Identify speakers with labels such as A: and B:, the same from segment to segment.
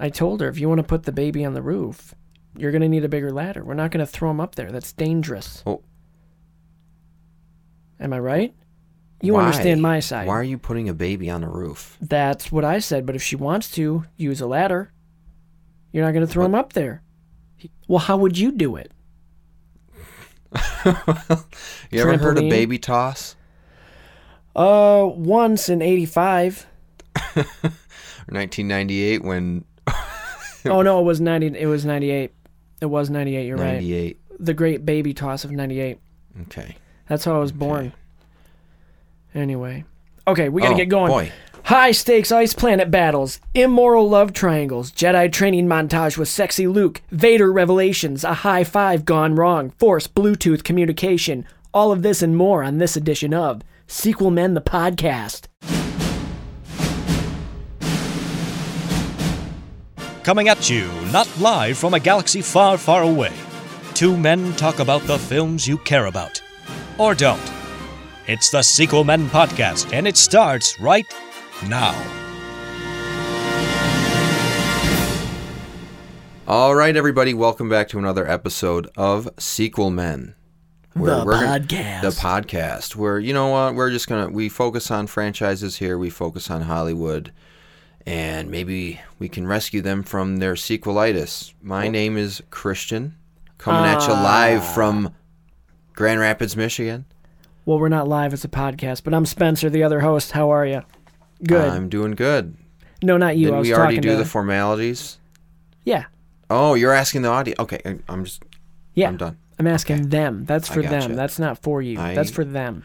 A: I told her if you want to put the baby on the roof, you're going to need a bigger ladder. We're not going to throw him up there. That's dangerous.
B: Well,
A: Am I right? You
B: why?
A: understand my side.
B: Why are you putting a baby on a roof?
A: That's what I said, but if she wants to, use a ladder. You're not going to throw him up there. Well, how would you do it?
B: You ever heard of
A: Trampoline?
B: baby toss?
A: Uh, once in 85.
B: Or 1998 when
A: oh no, it was 90 it was 98. It was 98, you're right.
B: 98.
A: The great baby toss of 98.
B: Okay.
A: That's how I was born. Anyway. Okay, we got to
B: Oh,
A: get going.
B: boy.
A: High stakes ice planet battles, immoral love triangles, Jedi training montage with sexy Luke, Vader revelations, a high five gone wrong, force Bluetooth communication. All of this and more on this edition of Sequel Men the Podcast.
C: Coming at you, not live from a galaxy far, far away. Two men talk about the films you care about. Or don't. It's the Sequel Men Podcast, and it starts right now.
B: All right, everybody, welcome back to another episode of Sequel Men. Where
A: The
B: gonna-
A: podcast.
B: the podcast. Where you know what? We're just gonna we focus on franchises here. We focus on Hollywood, and maybe we can rescue them from their sequelitis. My name is Christian, coming at you live
A: Ah.
B: from Grand Rapids, Michigan.
A: Well, we're not live as a podcast, but I'm Spencer, the other host. How are you? Good.
B: I'm doing good.
A: no, not you. I
B: Didn't
A: was
B: we already
A: talking
B: do
A: to
B: the formalities?
A: Yeah.
B: Oh, you're asking the audience. Okay, I- I'm just
A: Yeah.
B: I'm done.
A: I'm asking them. That's for
B: gotcha.
A: them. That's not for you.
B: I-
A: That's for them.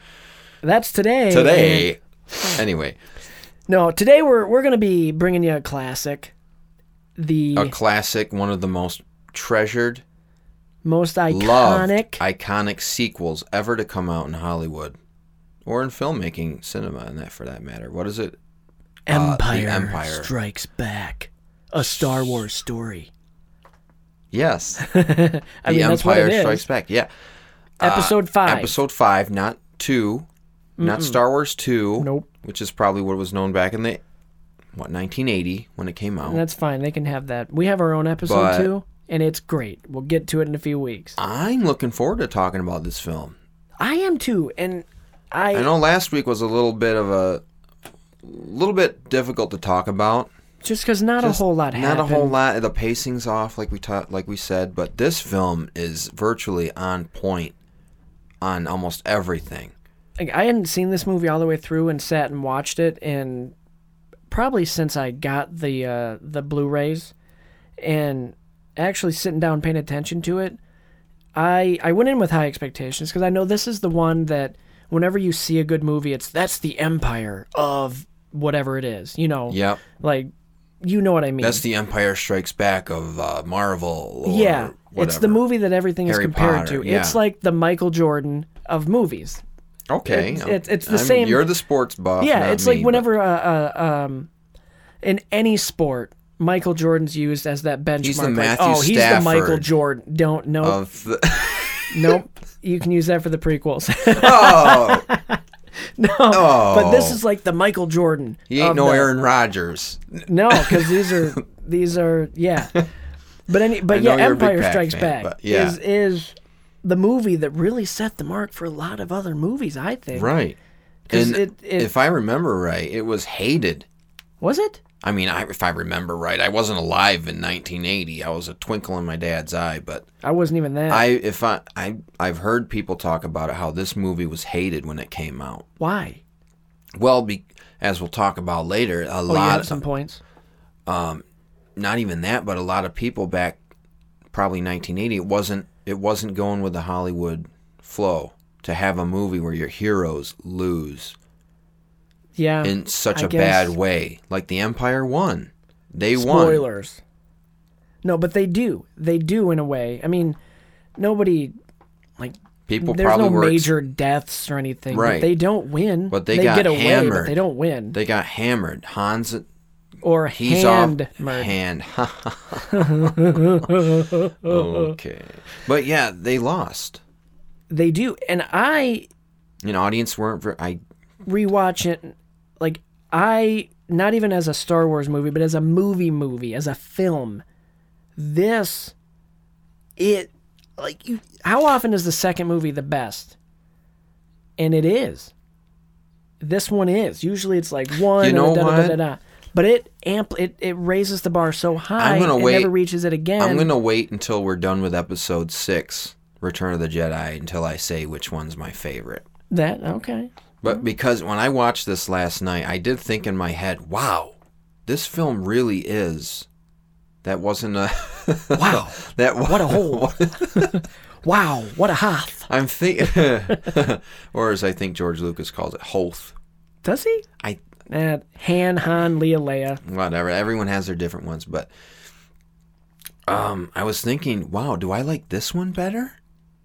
A: That's today.
B: today. anyway,
A: No, today we're we're gonna be bringing you a classic, the
B: a classic, one of the most treasured
A: most
B: loved, uh,
A: iconic.
B: iconic sequels ever to come out in Hollywood or in filmmaking cinema, and that for that matter. What is it? uh, the
A: Empire,
B: Empire.
A: Strikes Back, a Star Wars story.
B: Yes,
A: I
B: The
A: mean, that's what
B: Empire
A: it is.
B: Strikes Back. Yeah, Uh,
A: Episode five.
B: episode five, not 2 not Star Wars two.
A: Nope.
B: which is probably what was known back in the what 1980 when it came out.
A: That's fine. They can have that. We have our own episode
B: But-
A: too, and it's great. We'll get to it in a few weeks.
B: I'm looking forward to talking about this film.
A: I am too, and I.
B: I know last week was a little bit of a little bit difficult to talk about.
A: just because not a
B: Just
A: whole lot happened.
B: Not a whole lot. The pacing's off, like we ta- like we said. But this film is virtually on point on almost everything.
A: Like, I hadn't seen this movie all the way through and sat and watched it, and probably since I got the uh, the Blu-rays, and actually sitting down paying attention to it, I I went in with high expectations because I know this is the one that whenever you see a good movie, it's that's the empire of whatever it is, you know.
B: Yep,
A: Like, you know what I mean.
B: that's the Empire Strikes Back of uh, Marvel. Or
A: yeah, it's
B: whatever.
A: the movie that everything is
B: Harry
A: compared
B: Potter,
A: to.
B: yeah.
A: It's like the Michael Jordan of movies.
B: Okay,
A: it's- it's- it's the
B: I'm-
A: same-
B: You're the sports buff.
A: Yeah,
B: not
A: it's
B: me,
A: like
B: but-
A: whenever uh, uh, um, in any sport, Michael Jordan's used as that benchmark.
B: He's the
A: like,
B: Matthew
A: oh, he's the Michael
B: Stafford Um,
A: Jordan. Don't no
B: of the,
A: nope. You can use that for the prequels.
B: oh,
A: no, but this is like the Michael Jordan.
B: he ain't
A: of
B: no
A: the-
B: Aaron Rodgers.
A: No, because these are these are yeah. But any but
B: know
A: yeah,
B: you're a big
A: Empire
B: Pac
A: Strikes
B: fan,
A: Back
B: but yeah.
A: is is the movie that really set the mark for a lot of other movies. I think
B: Right.
A: 'Cause
B: And
A: it- it-
B: if I remember right, it was hated.
A: was it?
B: I mean, I, if I remember right, I wasn't alive in 1980. I was a twinkle in my dad's eye, but
A: I wasn't even that.
B: I if I, I I've heard people talk about it how this movie was hated when it came out.
A: Why?
B: Well, be, as we'll talk about later, a
A: Oh, you
B: lot
A: have some points.
B: not even that, but a lot of people back probably 1980 it wasn't it wasn't going with the Hollywood flow to have a movie where your heroes lose
A: Yeah.
B: in such
A: Uh, I
B: a
A: guess-
B: bad way. Like the Empire won. They won.
A: spoilers. No, but they do. They do in a way. I mean, nobody like
B: People
A: there's
B: probably
A: no
B: were ex-
A: major deaths or anything. but
B: Right.
A: they don't win.
B: But they got
A: get away, but
B: hammered.
A: they don't win.
B: They got hammered. Hans,
A: or
B: he's
A: hand
B: off
A: murder.
B: hand. okay, but yeah, they lost.
A: They do. And I
B: An audience weren't. Ver- I
A: rewatch it like I not even as a Star Wars movie, but as a movie movie, as a film. This, it, like, you, how often is the second movie the best? And it is. This one is. Usually it's like one
B: You know
A: and da, da, da,
B: what?
A: da, da. But it ampl it, it raises the bar so high
B: I'm gonna
A: it
B: wait-
A: never reaches it again.
B: I'm gonna wait until we're done with episode six, Return of the Jedi, until I say which one's my favorite.
A: that okay.
B: But because when I watched this last night, I did think in my head, wow, this film really is. That wasn't a.
A: Wow.
B: that wa-
A: What a hole. wow, what a hoth.
B: I'm thinking. or as I think George Lucas calls it, Hoth.
A: Does he?
B: I
A: Uh, Han, Han, Leia, Leia.
B: whatever. Everyone has their different ones, but um, I was thinking, wow, do I like this one better?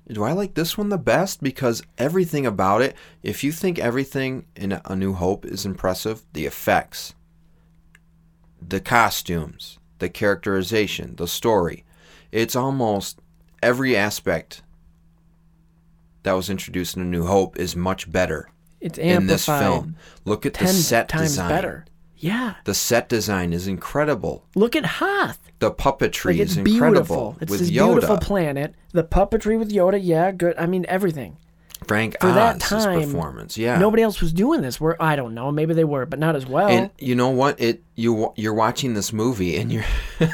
B: Do I like this one the best? Because everything about it, if you think everything in A New Hope is impressive, the effects, the costumes, the characterization, the story, it's almost every aspect that was introduced in A New Hope is much better
A: It's amplified
B: in this film. Look at the
A: ten
B: set
A: times
B: design.
A: better. Yeah.
B: The set design is incredible.
A: Look at Hoth.
B: The puppetry
A: Like it's
B: is incredible
A: beautiful. It's
B: with
A: this
B: Yoda.
A: beautiful planet. The puppetry with Yoda, yeah, good. I mean everything.
B: Frank
A: For that
B: Oz's
A: time,
B: performance, yeah.
A: Nobody else was doing this. Where I don't know, maybe they were, but not as well.
B: and you know what? It you you're watching this movie and you're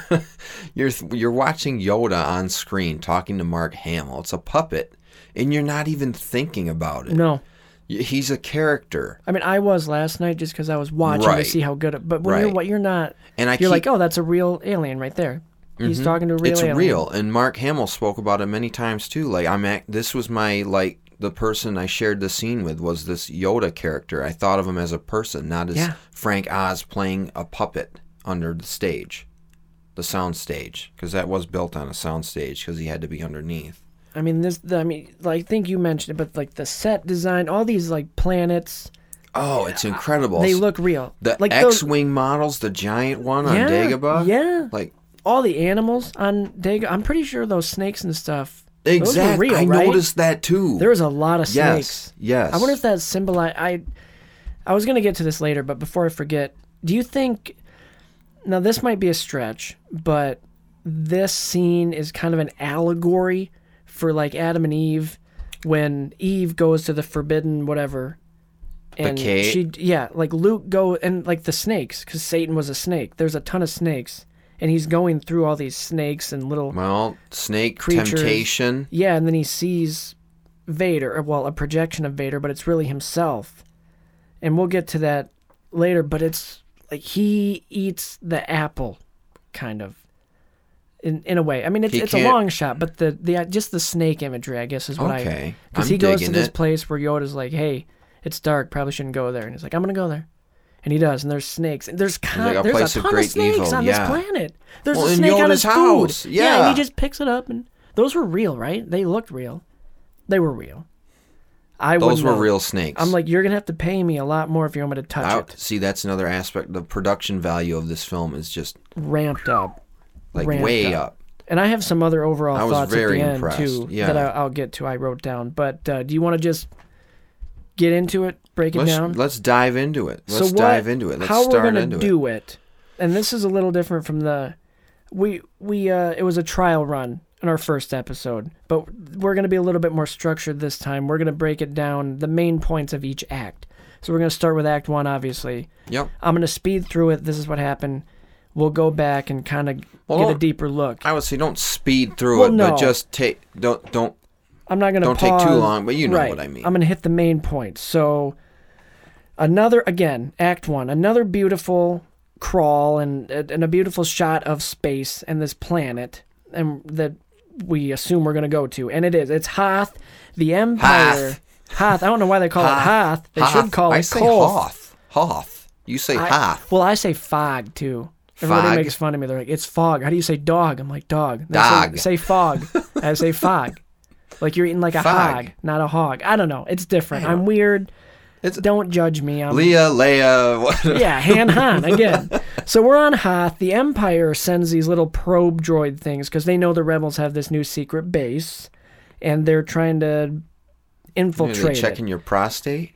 B: you're you're watching Yoda on screen talking to Mark Hamill. It's a puppet, and you're not even thinking about it.
A: no.
B: Y- He's a character,
A: I mean, I was last night just because I was watching to
B: Right.
A: see how good. it But when you're
B: Right.
A: what you're not,
B: and I
A: you're
B: keep, Mm-hmm.
A: like, oh, that's a real alien right there. He's talking to a real
B: it's
A: alien.
B: real and mark hamill spoke about it many times too like i'm act this was my like the person i shared the scene with was this yoda character i thought of him as a person not as
A: Yeah.
B: frank oz playing a puppet under the stage the sound stage because that was built on a sound stage because he had to be underneath
A: I mean, this. The, I mean, like, I think you mentioned it, but like the set design, all these like planets,
B: oh it's incredible
A: they look real.
B: the
A: like those-
B: x-wing models the giant one on
A: Yeah,
B: dagobah
A: yeah.
B: like
A: all the animals on Dago. I'm pretty sure those snakes and stuff. Those were
B: exactly
A: real,
B: i
A: right?
B: noticed that too
A: There was a lot of
B: yes
A: snakes.
B: yes
A: I wonder if that symbolized. I, I was gonna get to this later, but before I forget, do you think? Now this might be a stretch, but this scene is kind of an allegory for like Adam and Eve, when Eve goes to the forbidden whatever, and
B: cave?
A: she yeah like Luke go and like the snakes because Satan was a snake. There's a ton of snakes, and he's going through all these snakes and little
B: well snake
A: Creatures.
B: temptation
A: yeah, and then he sees Vader, or, well, a projection of Vader, but it's really himself. And we'll get to that later, but it's like he eats the apple, kind of. In, in a way, I mean it's,
B: He
A: it's a
B: can't-
A: long shot, but the the uh, just the snake imagery, I guess, is what
B: Okay.
A: I because
B: I'm
A: he goes to
B: digging
A: this
B: it.
A: place where Yoda's like, "Hey, it's dark, probably shouldn't go there," and he's like, "I'm gonna go there," and he does, and there's snakes, and there's con-
B: like a
A: there's
B: place
A: a
B: of
A: ton
B: great
A: snakes
B: evil,
A: on
B: yeah.
A: this planet. There's
B: Well,
A: a
B: in
A: snake on his
B: Yoda's house,
A: food. and
B: yeah.
A: he just picks it up, and those were real, right? They looked real. They were real. I
B: Those
A: wouldn't
B: were
A: know.
B: real snakes.
A: I'm like, you're gonna have to pay me a lot more if you want me to touch
B: I,
A: it.
B: see, that's another aspect. The production value of this film is just
A: Ramped up,
B: like
A: Ramped
B: way
A: up.
B: up.
A: and I have some other overall
B: I was
A: thoughts
B: very
A: at the
B: impressed,
A: end too
B: yeah.
A: that I, I'll get to. I wrote down, but uh, do you want to just get into it, break it
B: Let's
A: down?
B: let's dive into it. Let's
A: so what,
B: dive into it. Let's
A: how we're
B: start
A: gonna
B: into it.
A: do it. and this is a little different from the we we uh, it was a trial run in our first episode, but we're gonna be a little bit more structured this time. We're gonna break it down the main points of each act. So we're gonna start with Act One, obviously.
B: Yep.
A: I'm gonna speed through it. This is what happened. We'll go back and kind of
B: Well,
A: get a deeper look.
B: I would say don't speed through
A: Well,
B: it,
A: no.
B: but just take don't don't.
A: I'm not gonna
B: Don't take too
A: pause.
B: long, but you know
A: Right.
B: what I mean.
A: I'm gonna hit the main point. So another again, Act One, another beautiful crawl and and a beautiful shot of space and this planet and that we assume we're gonna go to, and it is. It's Hoth, the Empire.
B: Hoth.
A: Hoth. I don't know why they call it Hoth. They should
B: Hoth.
A: call it
B: I say
A: Koth.
B: Hoth. Hoth. You say
A: I-
B: Hoth.
A: Well, I say fog too. Everybody
B: Ah. Fog.
A: makes fun of me. They're like, "It's fog." How do you say dog? I'm like, "Dog." They
B: Dog.
A: Say, say fog. I say fog. Like you're eating like a
B: Fog.
A: hog, not a hog. I don't know. It's different. I'm weird.
B: It's-
A: don't judge me. I'm
B: Leah, Leia. what-
A: yeah, Han Han again. So we're on Hoth. The Empire sends these little probe droid things because they know the rebels have this new secret base, and they're trying to
B: Are they
A: infiltrate. it.
B: checking your prostate?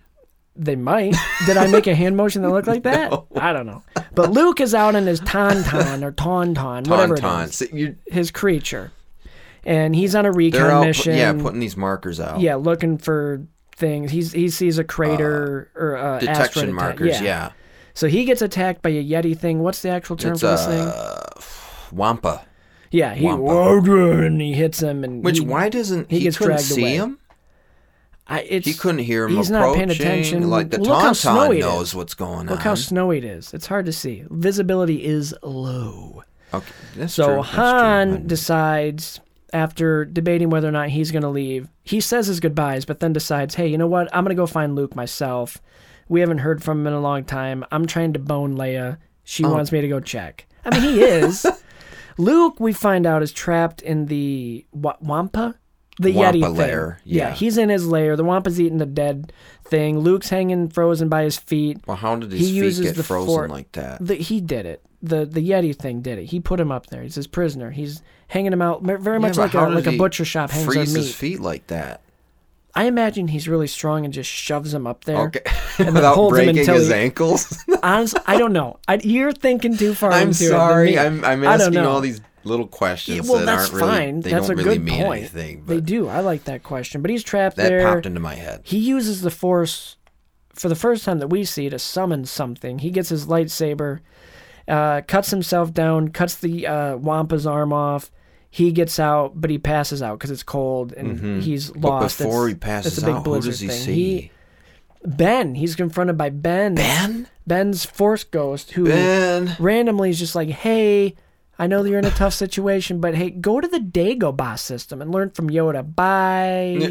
A: They might. Did I make a hand motion that looked like that? I don't know. But Luke is out in his tauntaun or tauntaun, whatever it
B: Tauntaun.
A: is,
B: See, you-
A: his creature, and he's on a recon
B: They're all pu-
A: mission.
B: yeah putting these markers out.
A: yeah, looking for things. He's he sees a crater or uh, asteroid
B: Detection
A: attack.
B: markers. Yeah.
A: So he gets attacked by a yeti thing. What's the actual term
B: It's
A: for this
B: uh,
A: thing?
B: Wampa.
A: Yeah, he
B: Wampa.
A: and he hits him, and
B: Which
A: he-
B: why doesn't
A: he
B: he,
A: gets
B: couldn't
A: dragged
B: see
A: away.
B: him?
A: I, it's,
B: He couldn't hear him
A: He's not
B: approaching.
A: paying attention.
B: Like the
A: Look how snowy
B: Tauntaun
A: it
B: knows
A: is.
B: what's going
A: Look
B: on.
A: how snowy it is. It's hard to see. Visibility is low.
B: okay, that's
A: So
B: true, that's true.
A: Han decides, after debating whether or not he's going to leave, he says his goodbyes, but then decides, hey, you know what? I'm going to go find Luke myself. We haven't heard from him in a long time. I'm trying to bone Leia.
B: Oh.
A: She wants me to go check. I mean, he is. Luke, we find out, is trapped in the wa- Wampa? The
B: Wampa
A: Yeti thing.
B: lair,
A: Yeah.
B: yeah.
A: he's in his lair. The Wampa's eating the dead thing. Luke's hanging frozen by his feet.
B: Well, how did his
A: He
B: feet
A: uses
B: get
A: the
B: frozen
A: fork-
B: like that?
A: The, he did it. The the Yeti thing did it. He put him up there. He's his prisoner. He's hanging him out mer- very
B: Yeah,
A: much
B: but
A: like a
B: how did
A: like a
B: he
A: butcher shop hangs on
B: Freeze his
A: meat.
B: feet like that.
A: I imagine he's really strong and just shoves him up there.
B: Okay.
A: then
B: Without
A: holds him
B: breaking
A: until
B: his
A: he-
B: ankles.
A: Honestly, I don't know. I, you're thinking too far.
B: I'm
A: into it than
B: sorry.
A: me.
B: I'm I'm
A: I don't
B: asking
A: know.
B: all these little questions
A: Yeah, well,
B: that
A: that's
B: aren't really
A: fine.
B: they
A: that's
B: don't
A: a
B: really
A: good
B: mean
A: point.
B: anything. But
A: they do. I like that question. But he's trapped
B: that
A: there.
B: popped into my head.
A: he uses the force for the first time that we see to summon something. He gets his lightsaber, uh, cuts himself down, cuts the uh, Wampa's arm off. He gets out, but he passes out because it's cold and he's lost.
B: Mm-hmm. but
A: It's-
B: before he passes
A: it's a big
B: out, who
A: blizzard
B: does he
A: thing.
B: see?
A: He- ben, he's confronted by Ben.
B: ben?
A: Ben's force ghost, who
B: Ben.
A: randomly is just like, hey, I know that you're in a tough situation, but hey, go to the Dagobah system and learn from Yoda. Bye.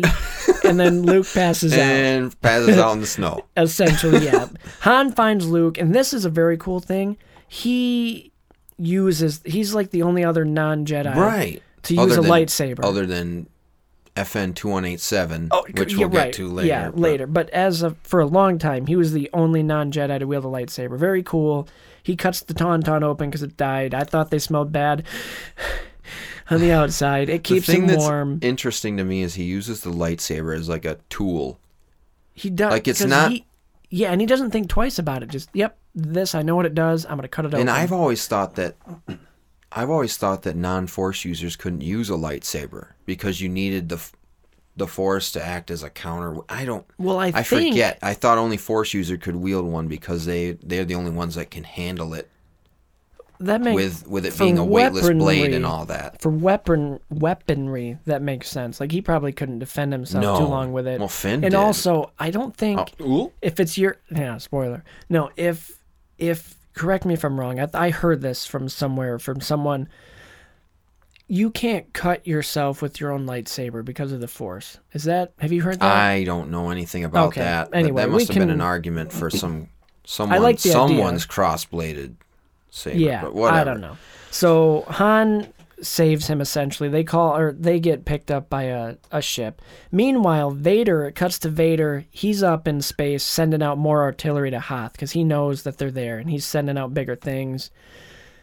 A: and then Luke passes out.
B: And passes out in the snow.
A: Essentially, yeah. Han finds Luke, and this is a very cool thing. He uses he's like the only other non Jedi
B: Right.
A: to use a lightsaber.
B: Other than FN two one eight seven,
A: Oh,
B: which
A: yeah,
B: we'll
A: right.
B: get to later.
A: Yeah,
B: but-
A: later. But as of for a long time, he was the only non Jedi to wield a lightsaber. Very cool. He cuts the tauntaun open because it died. I thought they smelled bad on the outside. It
B: The
A: keeps
B: thing
A: him
B: that's
A: warm.
B: interesting to me is he uses the lightsaber as like a tool.
A: He does
B: Like, it's
A: 'cause
B: not-
A: he- yeah, and he doesn't think twice about it. Just yep, this I know what it does. I'm gonna cut it open.
B: And I've always thought that I've always thought that non-force users couldn't use a lightsaber because you needed the f- the force to act as a counter. I don't.
A: Well, I think-
B: forget. I thought only force user could wield one because they they're the only ones that can handle it
A: that makes
B: with with it
A: for
B: being a weightless blade
A: weaponry-
B: and all that.
A: For weapon weaponry, that makes sense. Like he probably couldn't defend himself
B: No.
A: too long with it.
B: Well,
A: and
B: Finn did. Uh,
A: also, I don't think
B: Ooh.
A: if it's your yeah spoiler. No, if if correct me if I'm wrong. I, I heard this from somewhere from someone. You can't cut yourself with your own lightsaber because of the force. Is that have you heard that?
B: I don't know anything about
A: Okay,
B: that. but
A: anyway,
B: that
A: we
B: must have been
A: can-
B: an argument for some someone
A: like the idea.
B: someone's cross-bladed saber.
A: Yeah,
B: but whatever.
A: I don't know. So Han saves him essentially. They call or they get picked up by a, a ship. Meanwhile, Vader it cuts to Vader. He's up in space sending out more artillery to Hoth because he knows that they're there and he's sending out bigger things.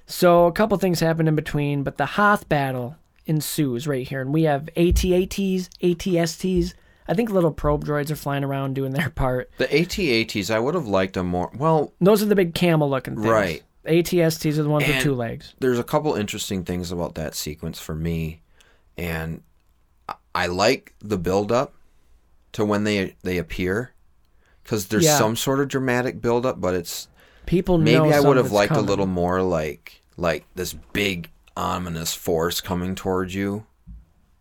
A: So a couple things happen in between, but the Hoth battle ensues right here, and we have ATATs, ATSTs. I think little probe droids are flying around doing their part.
B: The AT-ATs, I would have liked a more well.
A: Those are the big camel looking things.
B: Right.
A: ATSTs are the ones with
B: And-
A: two legs.
B: there's a couple interesting things about that sequence for me, and I- I like the build up to when they they appear, because there's
A: Yeah.
B: some sort of dramatic build up, but it's
A: People know
B: maybe I would have
A: something's
B: liked
A: coming.
B: a little more like like this big ominous force coming towards you,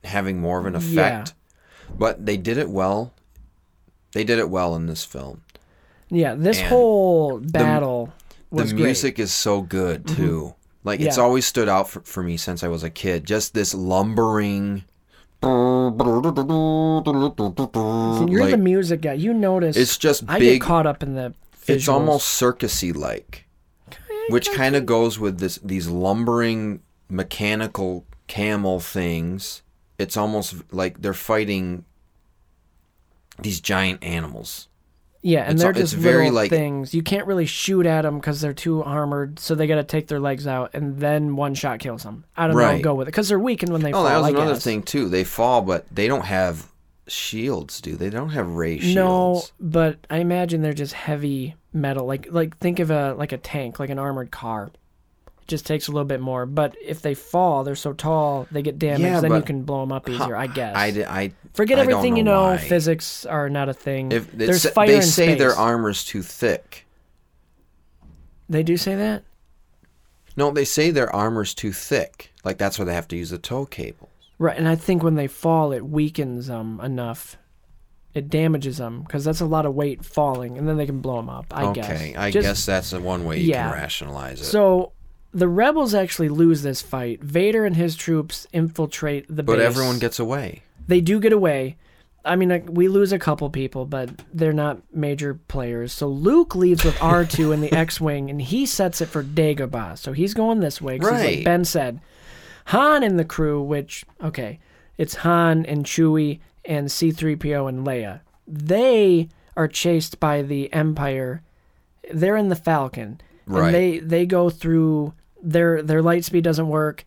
B: having more of an effect. But they did it well. They did it well in this film.
A: Yeah, this
B: And
A: whole battle was great.
B: the
A: Mm-hmm.
B: music is so good too. Like it's
A: Yeah.
B: always stood out for, for me since I was a kid. Just this lumbering.
A: See, You're the
B: like,
A: music guy. You notice
B: it's just
A: I
B: big.
A: get caught up in the. Visuals.
B: it's almost circusy like, which kind of goes with this these lumbering mechanical camel things. It's almost like they're fighting these giant animals.
A: yeah, and
B: it's
A: they're
B: al- it's
A: just
B: very,
A: little
B: like-
A: things. You can't really shoot at them because they're too armored, so they got to take their legs out, and then one shot kills them. I don't know.
B: Right.
A: Go with it because they're weakened when they
B: Oh,
A: fall.
B: that was
A: I
B: another
A: guess.
B: thing too. They fall, but they don't have shields, do they? They don't have ray shields.
A: No, but I imagine they're just heavy metal. Like like think of a like a tank, like an armored car. It just takes a little bit more. But if they fall, they're so tall, they get damaged.
B: Yeah,
A: then you
B: but
A: can blow them up
B: Huh,
A: easier. I guess.
B: I, di- I-
A: Forget
B: I don't
A: everything you know.
B: why.
A: Physics are not a thing.
B: If they
A: There's
B: say-
A: fire
B: they
A: in
B: say
A: space.
B: their armor's too thick.
A: They do say that.
B: No, they say their armor's too thick. Like that's why they have to use the tow cable.
A: Right, and I think when they fall, it weakens them enough. It damages them because that's a lot of weight falling, and then they can blow them up. I guess.
B: okay, I
A: Just-
B: guess that's the one way you
A: Yeah.
B: can rationalize it.
A: So the rebels actually lose this fight. Vader and his troops infiltrate the
B: but
A: base.
B: everyone gets away.
A: They do get away. I mean, like, we lose a couple people, but they're not major players. So Luke leaves with R2 in the X-wing, and he sets it for Dagobah. So he's going this way, 'cause he's like
B: Right.
A: Ben said. Han and the crew, which okay, it's Han and Chewie and C3PO and Leia. They are chased by the Empire. They're in the Falcon.
B: Right.
A: And they they go through their their light speed doesn't work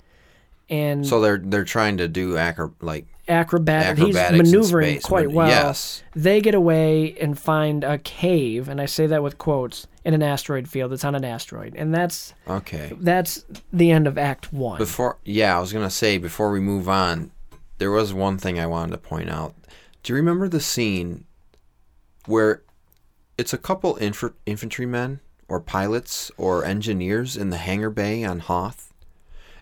A: and
B: So they're they're trying to do acro- like
A: acrobat he's
B: acrobatics in
A: maneuvering
B: space.
A: quite
B: Man-
A: well.
B: yes.
A: They get away and find a cave, and I say that with quotes, in an asteroid field that's on an asteroid. And that's
B: okay.
A: that's the end of act 1.
B: Before yeah, I was gonna say before we move on, there was one thing I wanted to point out. Do you remember the scene where it's a couple inf- infantrymen or pilots or engineers in the hangar bay on Hoth,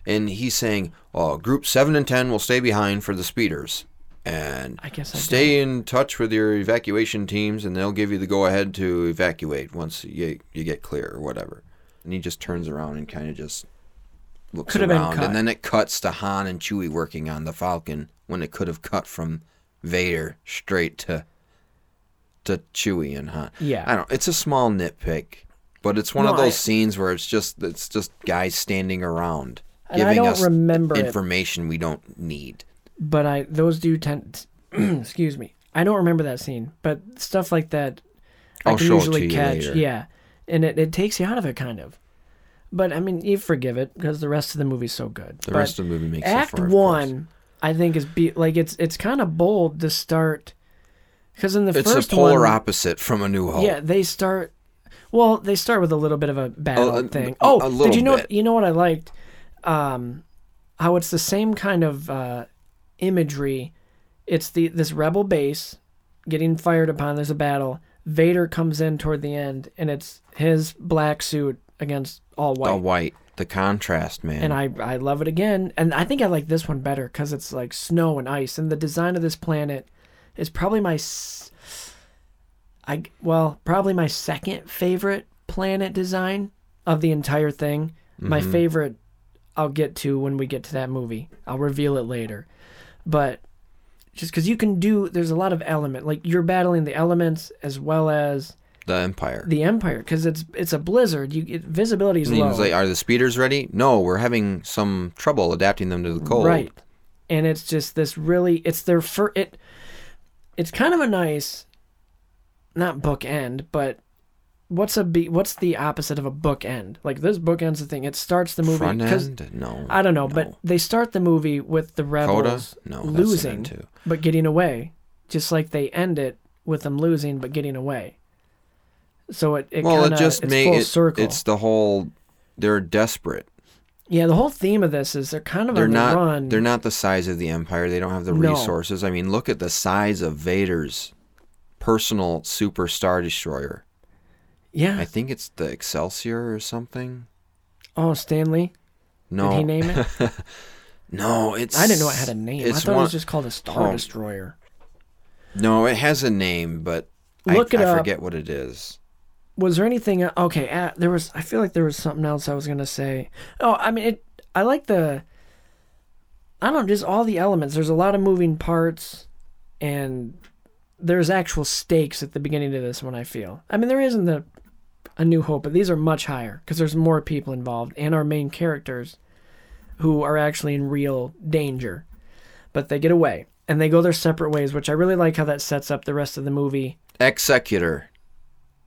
B: and he's saying, "Oh, Group Seven and Ten will stay behind for the speeders." And
A: I guess I
B: stay in touch with your evacuation teams, and they'll give you the go-ahead to evacuate once you you get clear or whatever. And he just turns around and kind of just looks
A: Could have been
B: around,
A: cut.
B: and then it cuts to Han and Chewie working on the Falcon when it could have cut from Vader straight to to Chewie and Han.
A: Yeah.
B: I don't. It's a small nitpick, but it's one of
A: No, I-
B: those scenes where it's just it's just guys standing around
A: And I don't remember it.
B: information we don't need.
A: but I those do tend. excuse me. I don't remember that scene, but stuff like that, I
B: I'll
A: can
B: show it
A: usually
B: to you
A: catch.
B: later.
A: Yeah, and it, it takes you out of it kind of. But I mean, you forgive it because the rest of the movie's so good.
B: The rest of the movie makes up
A: Act
B: for it, of course.
A: One, I think is be like it's it's kind of bold to start because in the
B: It's a
A: first
B: polar
A: one,
B: opposite from A New Hope.
A: Yeah, they start. Well, they start with a little bit of a battle
B: A- a-
A: thing.
B: uh, a-
A: Oh, did
B: a
A: you
B: little
A: know?
B: bit.
A: You know what I liked? Um, how it's the same kind of uh, imagery. It's the this rebel base getting fired upon. There's a battle. Vader comes in toward the end, and it's his black suit against all white.
B: The white, the contrast, man.
A: and I, I love it again. And I think I like this one better because it's like snow and ice, and the design of this planet is probably my, s- I well probably my second favorite planet design of the entire thing. My favorite, I'll get to when we get to that movie. I'll reveal it later, but just because you can do, there's a lot of element like you're battling the elements as well as
B: the Empire.
A: the Empire because it's it's a blizzard. You it, visibility is
B: And he
A: low.
B: was like, are the speeders ready? No, we're having some trouble adapting them to the cold.
A: Right. And it's just this really it's their fir- it it's kind of a nice not bookend, but what's a be- what's the opposite of a bookend? Like this bookend's the thing. It starts the movie
B: Front
A: cuz
B: end? No.
A: I don't know, but
B: no.
A: they start the movie with the rebels
B: No, that's the
A: losing
B: end too.
A: but getting away, just like they end it with them losing but getting away. So it, it
B: well,
A: kind of
B: it just
A: it's
B: made
A: full
B: it,
A: circle.
B: It's the whole. They're desperate.
A: yeah, the whole theme of this is they're kind of
B: They're
A: on the
B: not.
A: run.
B: They're not the size of the Empire. They don't have the
A: No.
B: resources. I mean, look at the size of Vader's personal super star destroyer.
A: yeah.
B: I think it's the Excelsior or something.
A: oh, Stanley.
B: No,
A: Did he name it?
B: No, it's.
A: I didn't know it had a name. I
B: It's
A: thought it
B: one-
A: was just called a Star
B: Oh.
A: Destroyer.
B: No, it has a name, but
A: Look
B: I,
A: it
B: I
A: up.
B: forget what it is.
A: Was there anything? Okay, uh, there was. I feel like there was something else I was gonna say. Oh, I mean, it. I like the. I don't know, just all the elements. There's a lot of moving parts, and there's actual stakes at the beginning of this one. I feel. I mean, there isn't the a new hope, but these are much higher because there's more people involved and our main characters, who are actually in real danger. But they get away and they go their separate ways, which I really like how that sets up the rest of the movie.
B: Executor.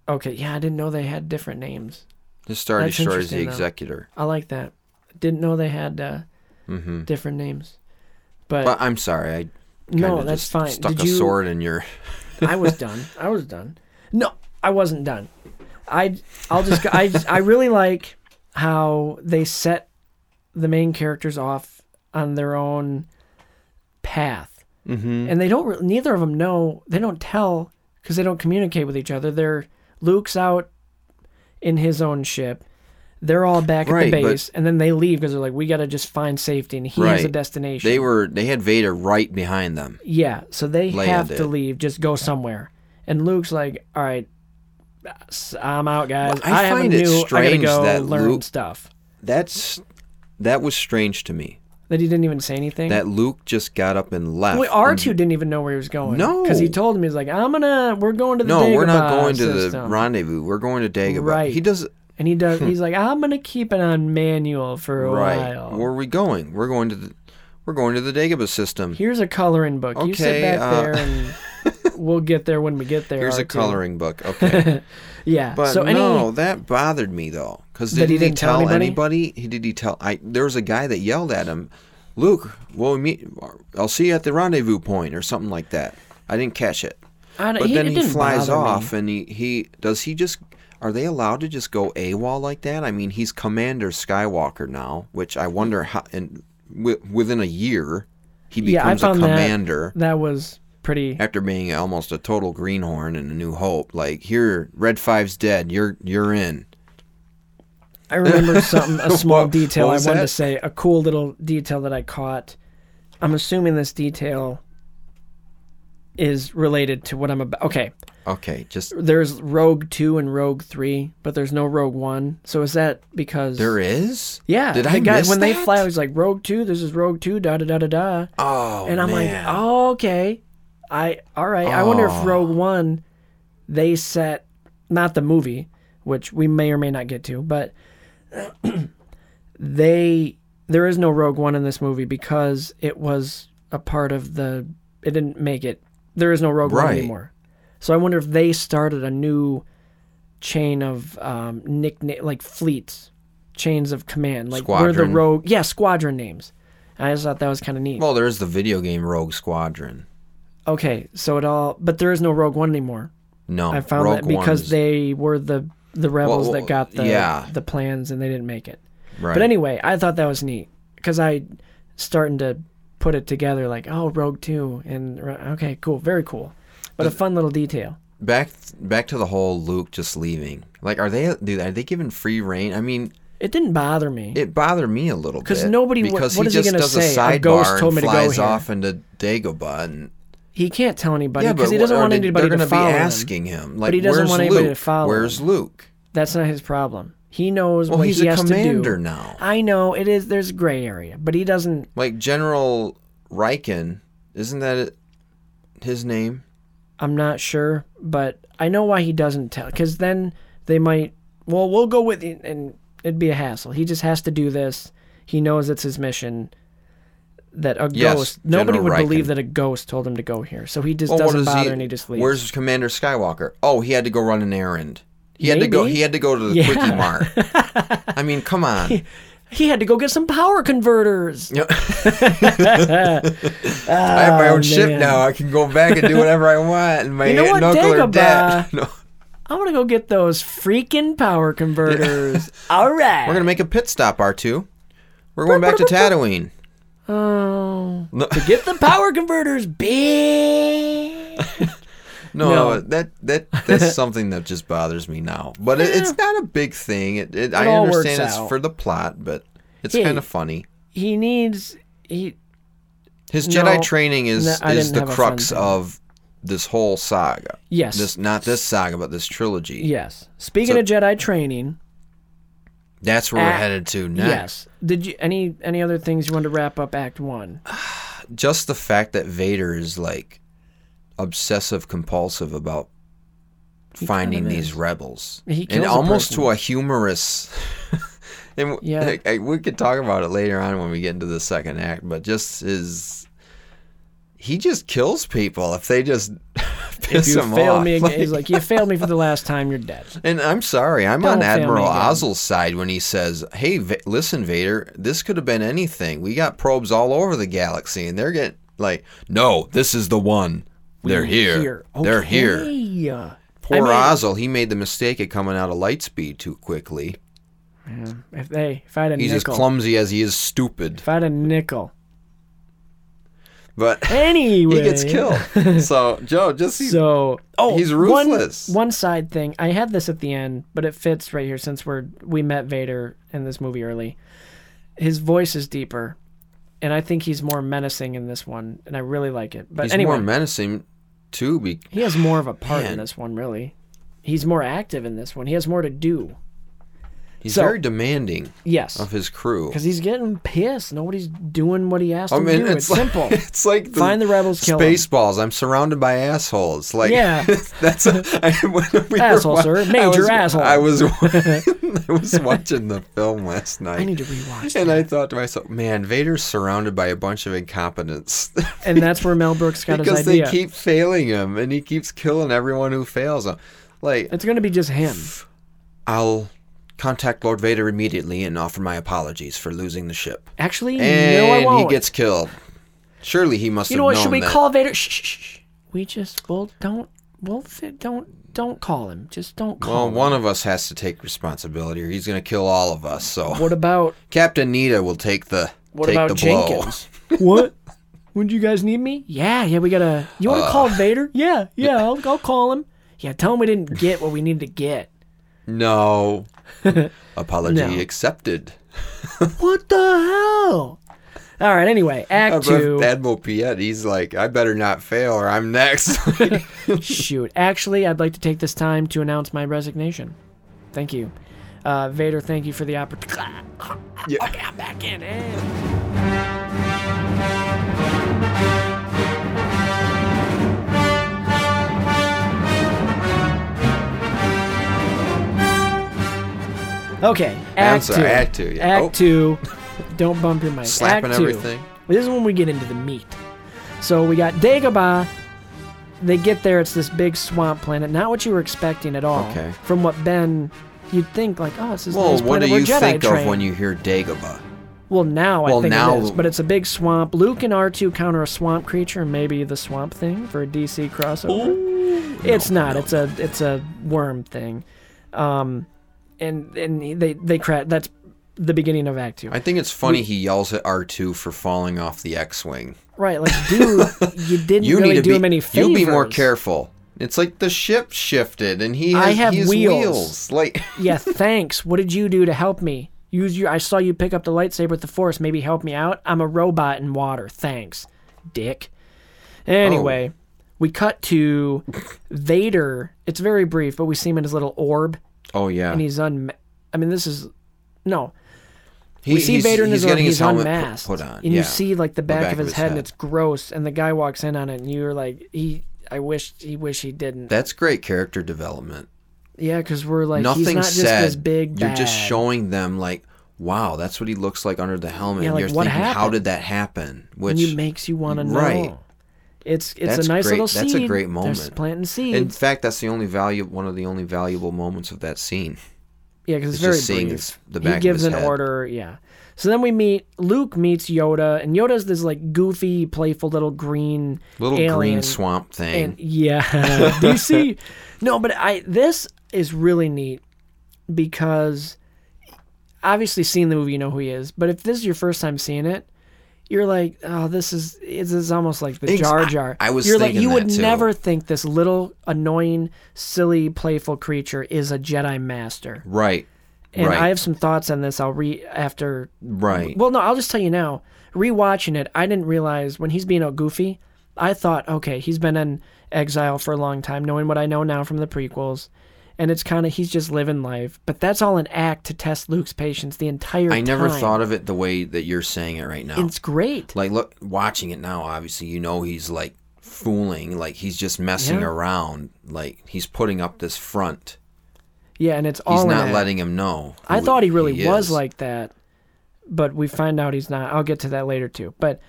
A: Okay, yeah, I didn't know they had different names.
B: The Star
A: That's
B: Destroyer is the
A: interesting, though.
B: Executor.
A: I like that.
B: Mm-hmm.
A: Didn't know they had uh, different names. But,
B: But I'm sorry, I
A: No,
B: kinda
A: that's
B: just
A: fine.
B: Stuck
A: Did
B: a
A: you-
B: sword in your.
A: I was done. I was done. No, I wasn't done. I I'll just go- I I really like how they set the main characters off on their own path, mm-hmm. and they don't. re- Neither of them know. They don't tell because they don't communicate with each other. They're Luke's out in his own ship. They're all back
B: Right,
A: at the
B: but-
A: base, and then they leave because they're like, "We got to just find safety," and he has a
B: Right.
A: destination.
B: They were. They had Vader right behind them.
A: Yeah, so they have to
B: Landed.
A: leave, just go somewhere. And Luke's like, "All right, s- I'm out, guys.
B: I
A: have
B: find
A: a
B: it
A: new, I
B: strange
A: gotta go
B: that
A: learn
B: Luke-
A: stuff."
B: That's that was strange to me.
A: That he didn't even say anything.
B: That Luke just got up and left.
A: Wait, R two didn't even know where he was going.
B: No.
A: because he told him he's like, "I'm gonna, we're going to the
B: No, we're not
A: Dagobah
B: going to the
A: system."
B: rendezvous. We're going to Dagobah.
A: Right.
B: He does
A: And he does. He's like, "I'm gonna keep it on manual for a
B: right.
A: while."
B: Where are we going? We're going to the we're going to the Dagobah system.
A: Here's a coloring book. you sit
B: Okay,
A: back
B: uh,
A: there, and we'll get there when we get there.
B: Here's a
A: R2.
B: coloring book. Okay,
A: Yeah.
B: but
A: so any
B: no, that bothered me though, because
A: That
B: did
A: he
B: he
A: didn't tell
B: tell anybody? He did he tell? I there was a guy that yelled at him, Luke. Well, meet. I'll see you at the rendezvous point or something like that. I didn't catch it.
A: I don't-
B: But
A: he,
B: then
A: it
B: he
A: didn't
B: flies
A: bother me.
B: off, and he, he does he just are they allowed to just go AWOL like that? I mean, he's Commander Skywalker now, which I wonder how. And w- within a year, he becomes
A: yeah, I
B: a
A: found
B: commander
A: That, that was pretty.
B: after being almost a total greenhorn in A New Hope. Like here, Red Five's dead. You're you're in.
A: I remember something, a small
B: What-
A: detail
B: what
A: I
B: was
A: wanted to
B: that?
A: say, a cool little detail that I caught. I'm assuming this detail is related to what I'm about. Okay,
B: Okay, just
A: there's Rogue Two and Rogue Three, but there's no Rogue One. So is that because
B: there is.
A: Yeah,
B: did
A: the
B: I
A: guy,
B: miss
A: when they
B: that?
A: fly? He's like Rogue Two. This is Rogue Two. Da da da da da.
B: Oh,
A: and I'm
B: man.
A: like, oh, okay, I all right. I wonder if Rogue One, they set not the movie, which we may or may not get to, but they there is no Rogue One in this movie because it was a part of the. It didn't make it. There is no Rogue One
B: Right.
A: anymore. So I wonder if they started a new chain of um, nickname like fleets, chains of command, like where the
B: Squadron.
A: rogue, yeah, squadron names. I just thought that was kind of neat.
B: Well, there's the video game Rogue Squadron.
A: Okay, so it all, but there is no Rogue One anymore.
B: No,
A: I found
B: Rogue
A: that because
B: One's-
A: they were the the rebels
B: well,
A: that got the
B: yeah.
A: the plans and they didn't make it.
B: right.
A: But anyway, I thought that was neat because I starting to put it together like, oh, Rogue Two and Ro- okay, cool, very cool, but a fun little detail.
B: back back to the whole Luke just leaving. Like, are they do are they given free reign? I mean,
A: It didn't bother me.
B: it bothered me a little bit
A: 'Cause nobody- what-
B: because
A: what
B: he
A: is he
B: just
A: gonna
B: does
A: say?
B: a
A: A
B: sidebar
A: ghost told
B: and
A: me to go
B: flies
A: here.
B: off into Dagobah. And,
A: he can't tell anybody because he
B: what
A: doesn't
B: are
A: want
B: they-
A: anybody
B: they're
A: to
B: gonna
A: follow
B: be
A: him.
B: asking him. Like,
A: he doesn't
B: where's
A: want
B: Luke?
A: anybody to follow
B: Where's
A: him."
B: Luke?
A: That's not his problem. He knows
B: Well,
A: what
B: he's
A: he
B: a
A: has
B: commander
A: to do.
B: now.
A: I know it is. There's gray area, but he doesn't.
B: Like General Riken, isn't that it- his name?
A: I'm not sure, but I know why he doesn't tell. Because then they might. Well, we'll go with it, and it'd be a hassle. He just has to do this. He knows it's his mission. That a
B: Yes,
A: ghost. Nobody
B: General
A: would believe
B: Riken.
A: that a ghost told him to go here, so he just
B: Well, Oh, what
A: doesn't
B: is
A: bother
B: he?
A: and he just leaves.
B: Where's Commander Skywalker? Oh, he had to go run an errand. He had to go.
A: Maybe.
B: He had to go to the
A: Yeah.
B: quickie mart. I mean, come on.
A: he had to go get some power converters.
B: Yeah. I have my own ship
A: Oh, man.
B: now. I can go back and do whatever I want. And my
A: You know
B: aunt and
A: what,
B: uncle are
A: Dagobah-
B: dead. No.
A: I'm gonna go get those freaking power converters. All right.
B: We're gonna make a pit stop, R2. We're going back to Tatooine.
A: Oh,
B: No,
A: to get the power converters, big.
B: no,
A: No.
B: that that that's something that just bothers me now. But it, it's not a big thing. It, it, I
A: all works
B: understand it's
A: out.
B: for the plot, but it's
A: Hey.
B: kind of funny.
A: He needs he.
B: His
A: No.
B: Jedi training is
A: No, I
B: is
A: didn't
B: the
A: have a fun
B: crux
A: time.
B: of this whole saga.
A: Yes.
B: This not this saga, but this trilogy.
A: Yes. Speaking
B: So-
A: of Jedi training,
B: That's where
A: Ah,
B: we're headed to next.
A: yes. Did you any any other things you wanted to wrap up Act One?
B: just the fact that Vader is like obsessive compulsive about finding
A: kinda
B: these rebels,
A: He
B: and
A: kills a
B: almost
A: person.
B: to a humorous. and w-
A: Yeah.
B: I- I- we could talk about it later on when we get into the second act, but just his. He just kills people if they just piss
A: you
B: him
A: fail
B: off.
A: me again.
B: Like-
A: He's like, you failed me for the last time. You're dead.
B: and I'm sorry, I'm
A: Don't
B: on
A: fail me
B: Admiral
A: again.
B: Ozzel's side when he says, "Hey, Va- listen, Vader, this could have been anything. We got probes all over the galaxy, and they're getting like, no, this is the one. They're here. They're here.
A: here.
B: Poor
A: I mean-
B: Ozzel, he made the mistake of coming out of Lightspeed too quickly.
A: If they, if I had a
B: He's
A: nickel,
B: as clumsy as he is stupid.
A: if I had a nickel,
B: But
A: anyway,
B: he gets killed. so Joe, just see,
A: So, oh,
B: He's
A: one-
B: ruthless.
A: One, side thing. I had this at the end, but it fits right here since we're we met Vader in this movie early. His voice is deeper, and I think he's more menacing in this one, and I really like it. But
B: he's
A: anyway,
B: more menacing too. Be-
A: he has more of a part in
B: Man.
A: this one, really. He's more active in this one. He has more to do.
B: he's
A: So-
B: very demanding
A: Yes.
B: of his crew.
A: Because he's getting pissed. Nobody's doing what he asked
B: I
A: him
B: mean,
A: to do. It's,
B: it's, like,
A: simple.
B: It's like the
A: Find the rebels, kill 'em.
B: Spaceballs. I'm surrounded by assholes. Like
A: Yeah.
B: that's a, I, when we were
A: Asshole,
B: wa-
A: sir.
B: I
A: Major
B: was-
A: asshole.
B: I was I was watching the film last night.
A: I need to rewatch
B: and I thought to myself, man, Vader's surrounded by a bunch of incompetents
A: And that's where Mel Brooks got
B: because
A: his
B: they
A: idea.
B: keep failing him, and he keeps killing everyone who fails him. Like,
A: It's going to be just him.
B: I'll contact Lord Vader immediately and offer my apologies for losing the ship.
A: Actually, no, I
B: And
A: won't.
B: he gets killed. Surely he must
A: you
B: have
A: know what?
B: known
A: Should we
B: that.
A: call Vader? Shh, shh, shh. We just well don't well fi- don't don't call him. Just don't call
B: Well,
A: him.
B: one of us has to take responsibility, or he's going to kill all of us. So
A: What about
B: Captain Nita will take the
A: what
B: take
A: about
B: the blow.
A: Jenkins? what? Would you guys need me? Yeah, yeah. We gotta. You want to call Vader? Yeah, yeah. I'll, I'll call him. Yeah, tell him we didn't get what we needed to get.
B: No, apology
A: No.
B: accepted.
A: What the hell? All right. Anyway, Act Two.
B: Admiral Piet, he's like, I better not fail, or I'm next.
A: Shoot. Actually, I'd like to take this time to announce my resignation. Thank you. Uh, Vader, thank you for the opportunity.
B: Yeah.
A: Okay, I'm back in. eh. Okay,
B: I'm
A: Act
B: sorry,
A: Two.
B: Act Two, yeah.
A: Act
B: Oh.
A: Two. Don't bump your mic.
B: Slapping
A: Act Two.
B: everything.
A: This is when we get into the meat. So we got Dagobah. They get there. It's this big swamp planet. Not what you were expecting at all.
B: Okay.
A: From what Ben, you'd think like, oh, this is
B: well,
A: this
B: what
A: planet
B: do you
A: where Jedi
B: think of
A: train.
B: when you hear Dagobah?
A: Well, now
B: Well,
A: I think
B: now-
A: it is, but it's a big swamp. Luke and R2 counter a swamp creature, and maybe the swamp thing for a DC crossover. it's not. It's a it's a worm thing, um, and and they they cra- That's the beginning of Act Two.
B: I think it's funny he yells at R2 for falling off the X-wing.
A: right, like dude, you didn't
B: You
A: really
B: need to
A: do
B: be
A: him any favors.
B: you be more careful. It's like the ship shifted, and he has,
A: I have
B: he has
A: wheels.
B: wheels. Like
A: yeah, thanks. What did you do to help me? Use your. I saw you pick up the lightsaber with the Force. Maybe help me out. I'm a robot in water. Thanks, dick.
B: Oh.
A: Anyway, we cut to Vader. It's very brief, but we see him in his little orb,
B: oh yeah,
A: and he's un. I mean, this is no.
B: He-
A: we see
B: he's-
A: Vader in
B: he's
A: his orb.
B: getting
A: He's
B: helmet put-
A: unmasked,
B: Put on,
A: and
B: yeah.
A: you see like the back, of his, head, and it's gross. And the guy walks in on it, and you're like, he. I wish he wish he didn't.
B: That's great character development.
A: Yeah, because we're like
B: Nothing
A: he's not just
B: said.
A: this big.
B: You're just
A: bad.
B: showing them like, wow, that's what he looks like under the helmet.
A: Yeah,
B: and
A: like,
B: you're
A: what
B: thinking, how
A: happened?
B: did that happen?
A: and
B: Which
A: you makes you want to know.
B: Right.
A: It's it's
B: That's
A: a nice
B: great-
A: little seed.
B: that's a great
A: They're
B: moment.
A: s- planting
B: in
A: seeds.
B: fact, that's the only value, one of the only valuable moments of that scene.
A: yeah, because it's,
B: it's just
A: very
B: seeing
A: brief.
B: his- the
A: he
B: back of
A: gives
B: his
A: an
B: head.
A: order. Yeah. So then we meet Luke meets Yoda, and Yoda's this like goofy, playful little green
B: Little green
A: alien.
B: swamp thing.
A: And yeah, DC. No, but I this is really neat because obviously seeing the movie you know who he is, but if this is your first time seeing it, you're like, oh, this is it's, it's almost like the
B: Ex-
A: Jar Jar.
B: I- I was
A: you're like
B: thinking
A: you would
B: that, too.
A: never think this little annoying, silly, playful creature is a Jedi master.
B: right.
A: And
B: right.
A: I have some thoughts on this. I'll re after
B: right.
A: well, no, I'll just tell you now. Rewatching it, I didn't realize when he's being a goofy. I thought, okay, he's been in exile for a long time, knowing what I know now from the prequels, and it's kind of he's just living life. But that's all an act to test Luke's patience the entire time.
B: I never thought of it the way that you're saying it right now.
A: It's great.
B: like look watching it now obviously you know he's like fooling like he's just messing
A: Yeah.
B: around like he's putting up this front
A: yeah, and it's all.
B: he's
A: an
B: not
A: act.
B: letting him know
A: I
B: who
A: thought he really was
B: is.
A: like that, but we find out he's not. I'll get to that later too. But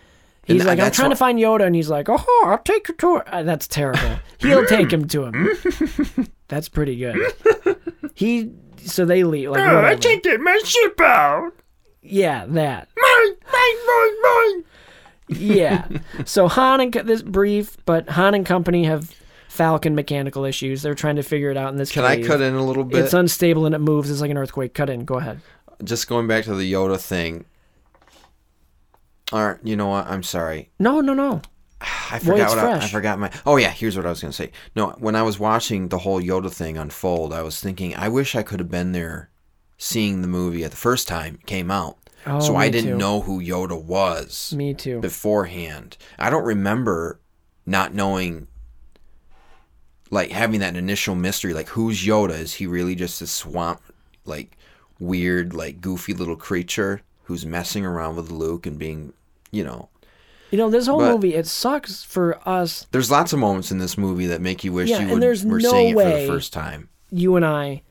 A: he's
B: And
A: like, I'm
B: that's
A: trying to
B: why-
A: find Yoda, and he's like, Oh, I'll take you to. It. Uh, That's terrible. He'll take him to him. that's pretty good. He so they leave. Like, whatever.
D: get my ship out.
A: yeah, that.
D: Mine, mine, mine, mine.
A: yeah. So Han and Co- this brief, but Han and company have Falcon mechanical issues. They're trying to figure it out in this.
B: Can I
A: cave.
B: cut in a little bit?
A: It's unstable and it moves. It's like an earthquake. Cut in. Go ahead.
B: Just going back to the Yoda thing. All right, you know what? I'm sorry.
A: No, no, no.
B: I
A: Well,
B: forgot
A: it's
B: what I, I
A: fresh.
B: forgot my. Oh yeah, here's what I was gonna say. No, when I was watching the whole Yoda thing unfold, I was thinking I wish I could have been there, seeing the movie at the first time it came out.
A: Oh,
B: so I
A: me
B: didn't
A: too.
B: know who Yoda was
A: Me too.
B: beforehand. I don't remember not knowing, like having that initial mystery, like who's Yoda? Is he really just a swamp, like weird, like goofy little creature who's messing around with Luke and being, you know,
A: You know, this whole
B: But-
A: movie, it sucks for us,
B: There's lots of moments in this movie that make you wish
A: Yeah,
B: you
A: and
B: would,
A: there's
B: were
A: no
B: seeing it for the
A: way-
B: first time.
A: you and I,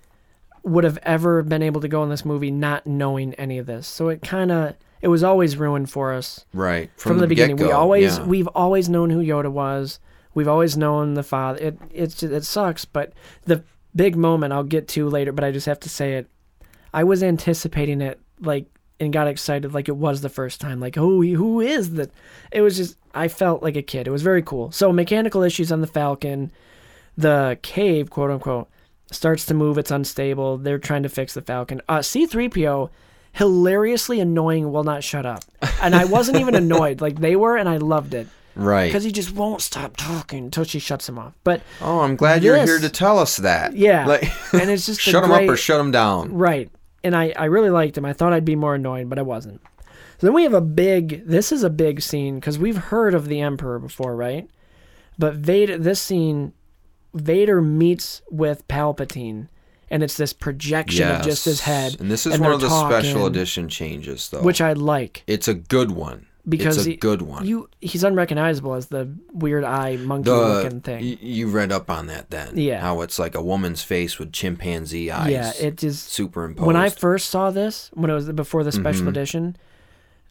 A: would have ever been able to go in this movie not knowing any of this. So it kind of, it was always ruined for us
B: Right.
A: from, the, beginning. We
B: get-go,
A: always,
B: yeah.
A: we've always known who Yoda was. We've always known the father. It, it's just, it sucks, but the big moment I'll get to later, but I just have to say it. I was anticipating it like, and got excited like it was the first time. Like, oh, who is that? It was just, I felt like a kid. It was very cool. So mechanical issues on the Falcon. the cave, quote unquote, starts to move. It's unstable. They're trying to fix the Falcon. Uh, C3PO, hilariously annoying, will not shut up. And I wasn't even annoyed. Like they were, and I loved it.
B: Right.
A: Because he just won't stop talking until she shuts him off. But
B: Oh, I'm glad you're
A: This-
B: here to tell us that.
A: yeah.
B: Like,
A: and it's just a
B: shut him up or
A: great-
B: shut him down.
A: Right. And I, I really liked him. I thought I'd be more annoyed, but I wasn't. So then we have a big. This is a big scene because we've heard of the Emperor before, right? But Vader, this scene, Vader meets with Palpatine, and it's this projection of just his head.
B: And this is
A: and
B: one
A: they're
B: of the special
A: talking,
B: edition changes, though.
A: which I like
B: it's a good one.
A: because
B: it's a
A: he-
B: good one.
A: You, he's unrecognizable as the weird eye monkey
B: the
A: looking thing.
B: y- you read up on that then.
A: Yeah.
B: How it's like a woman's face with chimpanzee eyes.
A: yeah, it just
B: superimposed.
A: When I first saw this, when it was before the special
B: Mm-hmm.
A: edition,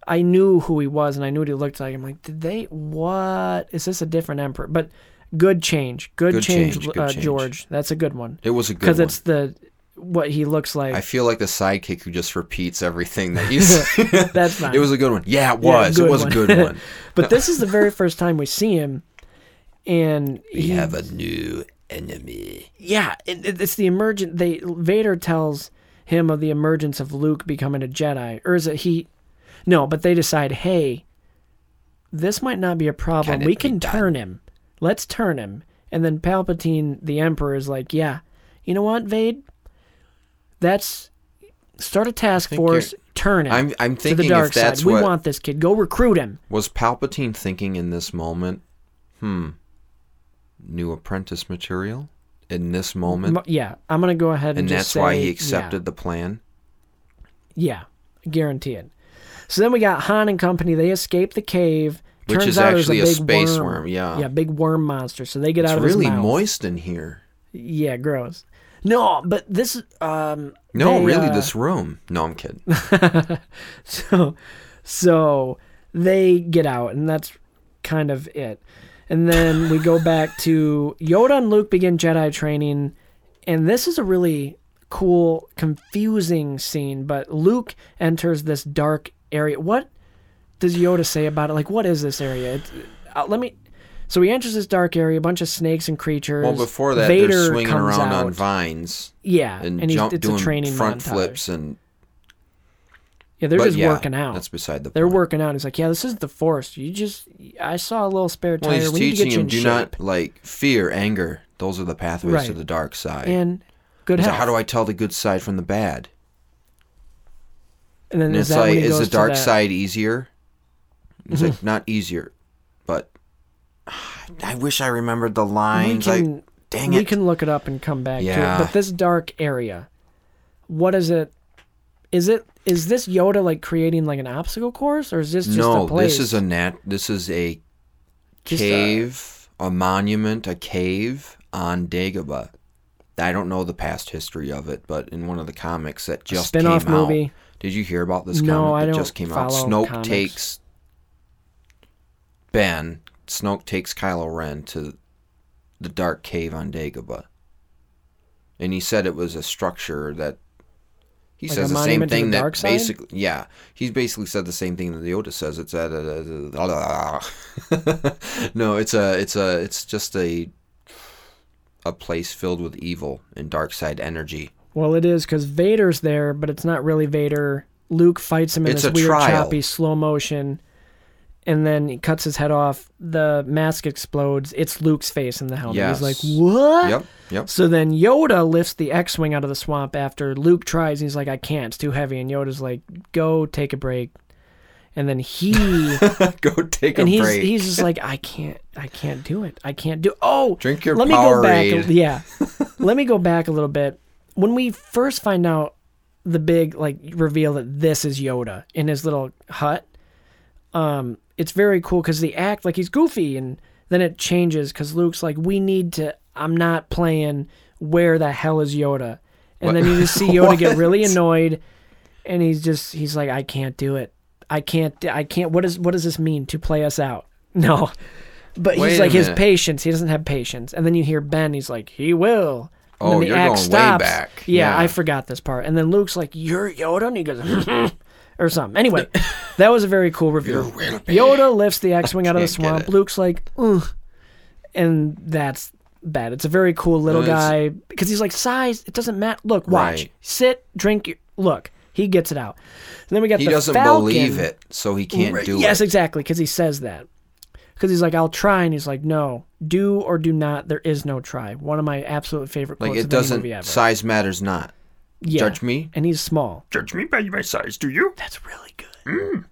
A: I knew who he was and I knew what he looked like. I'm like, did they? What is this? A different emperor? But good change, good,
B: Good
A: change,
B: change, good
A: uh,
B: change.
A: George. That's a good one
B: it was a good
A: because
B: one.
A: it's the what he looks like.
B: I feel like the sidekick who just repeats everything that you say.
A: That's not.
B: It was a good one. Yeah, it
A: Yeah,
B: was.
A: good
B: it was
A: one.
B: a good one.
A: but this is the very first time we see him, and
B: we
A: he-
B: have a new enemy.
A: yeah, it, it- it's the emergent. They Vader tells him of the emergence of Luke becoming a Jedi, or is it he? No, but they decide, hey, this might not be a problem.
B: Can it
A: we
B: be
A: can
B: done?
A: turn him. Let's turn him. And then Palpatine, the Emperor, is like, yeah, you know what, Vade? That's start a task
B: think you're-
A: force. Turn him.
B: I'm- I'm
A: to the
B: thinking if
A: dark
B: that's
A: side. We
B: what-
A: want this kid. Go recruit him.
B: Was Palpatine thinking in this moment, hmm, new apprentice material? In this moment?
A: M- yeah, I'm gonna go ahead and,
B: and that's
A: just
B: why
A: say,
B: he
A: yeah.
B: accepted the plan?
A: Yeah, guarantee it. So then we got Han and company. They escape the cave.
B: Which
A: Turns
B: is
A: out there's
B: actually a
A: big
B: space worm, yeah.
A: yeah, big worm monster. So they get
B: It's
A: out of
B: really
A: his mouth.
B: moist in here.
A: Yeah, gross. No, but this um
B: No,
A: they,
B: really,
A: uh,
B: this room. No, I'm kidding.
A: so so they get out and that's kind of it. And then we go back to Yoda and Luke begin Jedi training and this is a really cool confusing scene, but Luke enters this dark area. What does Yoda say about it? Like what is this area? It's, uh, let me so he enters this dark area, a bunch of snakes and creatures.
B: Well, before that,
A: Vader
B: they're swinging
A: comes
B: around
A: out.
B: on vines
A: yeah,
B: and,
A: and, he's,
B: jump,
A: it's
B: doing
A: a training
B: front
A: montage.
B: flips. and
A: Yeah, they're
B: but
A: just
B: yeah,
A: working out.
B: That's beside the
A: They're
B: point.
A: working out. He's like, yeah, this is the forest. You just, I saw a little spare tire.
B: Well, he's
A: we need to
B: teaching
A: get you
B: him
A: in
B: do
A: shape.
B: not like fear, anger. Those are the pathways to
A: Right.
B: the dark side.
A: and good
B: So
A: health.
B: how do I tell the good side from the bad?
A: And then
B: And
A: is
B: it's
A: that
B: like,
A: when he
B: is
A: goes
B: the
A: to
B: dark
A: that-
B: side easier? It's like not easier, but I wish I remembered the
A: We
B: lines.
A: can,
B: Like, dang
A: we
B: it!
A: can look it up and come back
B: Yeah.
A: to it. But this dark area, what is it? Is it is this Yoda like creating like an obstacle course, or is this just
B: no,
A: a place?
B: this is a nat. This is a
A: Just a-
B: cave, a monument, a cave on Dagobah. I don't know the past history of it, but in one of the comics that just
A: spin-off
B: came out,
A: movie.
B: did you hear about this
A: No,
B: comic
A: I
B: that
A: don't
B: just came out?
A: follow
B: Snoke
A: comics.
B: takes Ben. Snoke takes Kylo Ren to the dark cave on Dagobah, and he said it was a structure that He
A: Like a
B: says the same
A: monument to the
B: thing that
A: dark side?
B: basically, yeah, he's basically said the same thing that the Otis says. It's at no, it's a, it's a, it's just a, a place filled with evil and dark side energy.
A: Well, it is because Vader's there, but it's not really Vader. Luke fights him in
B: It's
A: this
B: a
A: weird,
B: trial.
A: choppy, slow motion, and then he cuts his head off. The mask explodes. It's Luke's face in the helmet.
B: Yes.
A: He's like, "What?"
B: Yep, yep.
A: So then Yoda lifts the X-wing out of the swamp after Luke tries. And he's like, "I can't. It's too heavy." And Yoda's like, "Go take a break." And then he
B: Go take
A: and
B: a
A: he's
B: break.
A: he's just like I can't I can't do it I can't do oh
B: Drink your
A: let me go back
B: Powerade.
A: yeah let me go back a little bit when we first find out the big like reveal that this is Yoda in his little hut um it's very cool because they act like he's goofy and then it changes because Luke's like we need to I'm not playing where the hell is Yoda and then you just see Yoda get really annoyed and he's just he's like I can't do it. I can't do- I can't what is what does this mean to play us out? No. But
B: Wait
A: he's
B: a
A: like his
B: minute.
A: patience. He doesn't have patience. And then you hear Ben. He's like, he will. And
B: Oh,
A: then the
B: you're
A: act
B: going way
A: stops.
B: back.
A: Yeah,
B: Yeah.
A: I forgot this part. And then Luke's like, "You're Yoda," and he goes, or something. Anyway, that was a very cool review. Yoda lifts the X-wing out of the
B: Can't get
A: swamp.
B: it.
A: Luke's like, "Ugh," and that's bad. It's a very cool little
B: No, it's-
A: guy because he's like size. It doesn't matter. Look, watch,
B: Right.
A: sit, drink. your- Look, he gets it out. And then we got
B: he
A: the
B: doesn't
A: Falcon.
B: believe it, so he can't do
A: Yes,
B: it.
A: exactly, because he says that. Because he's like, I'll try, and he's like, no, do or do not. There is no try. One of my absolute favorite quotes
B: Like
A: of
B: it
A: any movie
B: doesn't.
A: ever.
B: Size matters not.
A: Yeah.
B: Judge me.
A: And he's small.
B: Judge me by my size, do you?
A: That's really good.
B: Mm.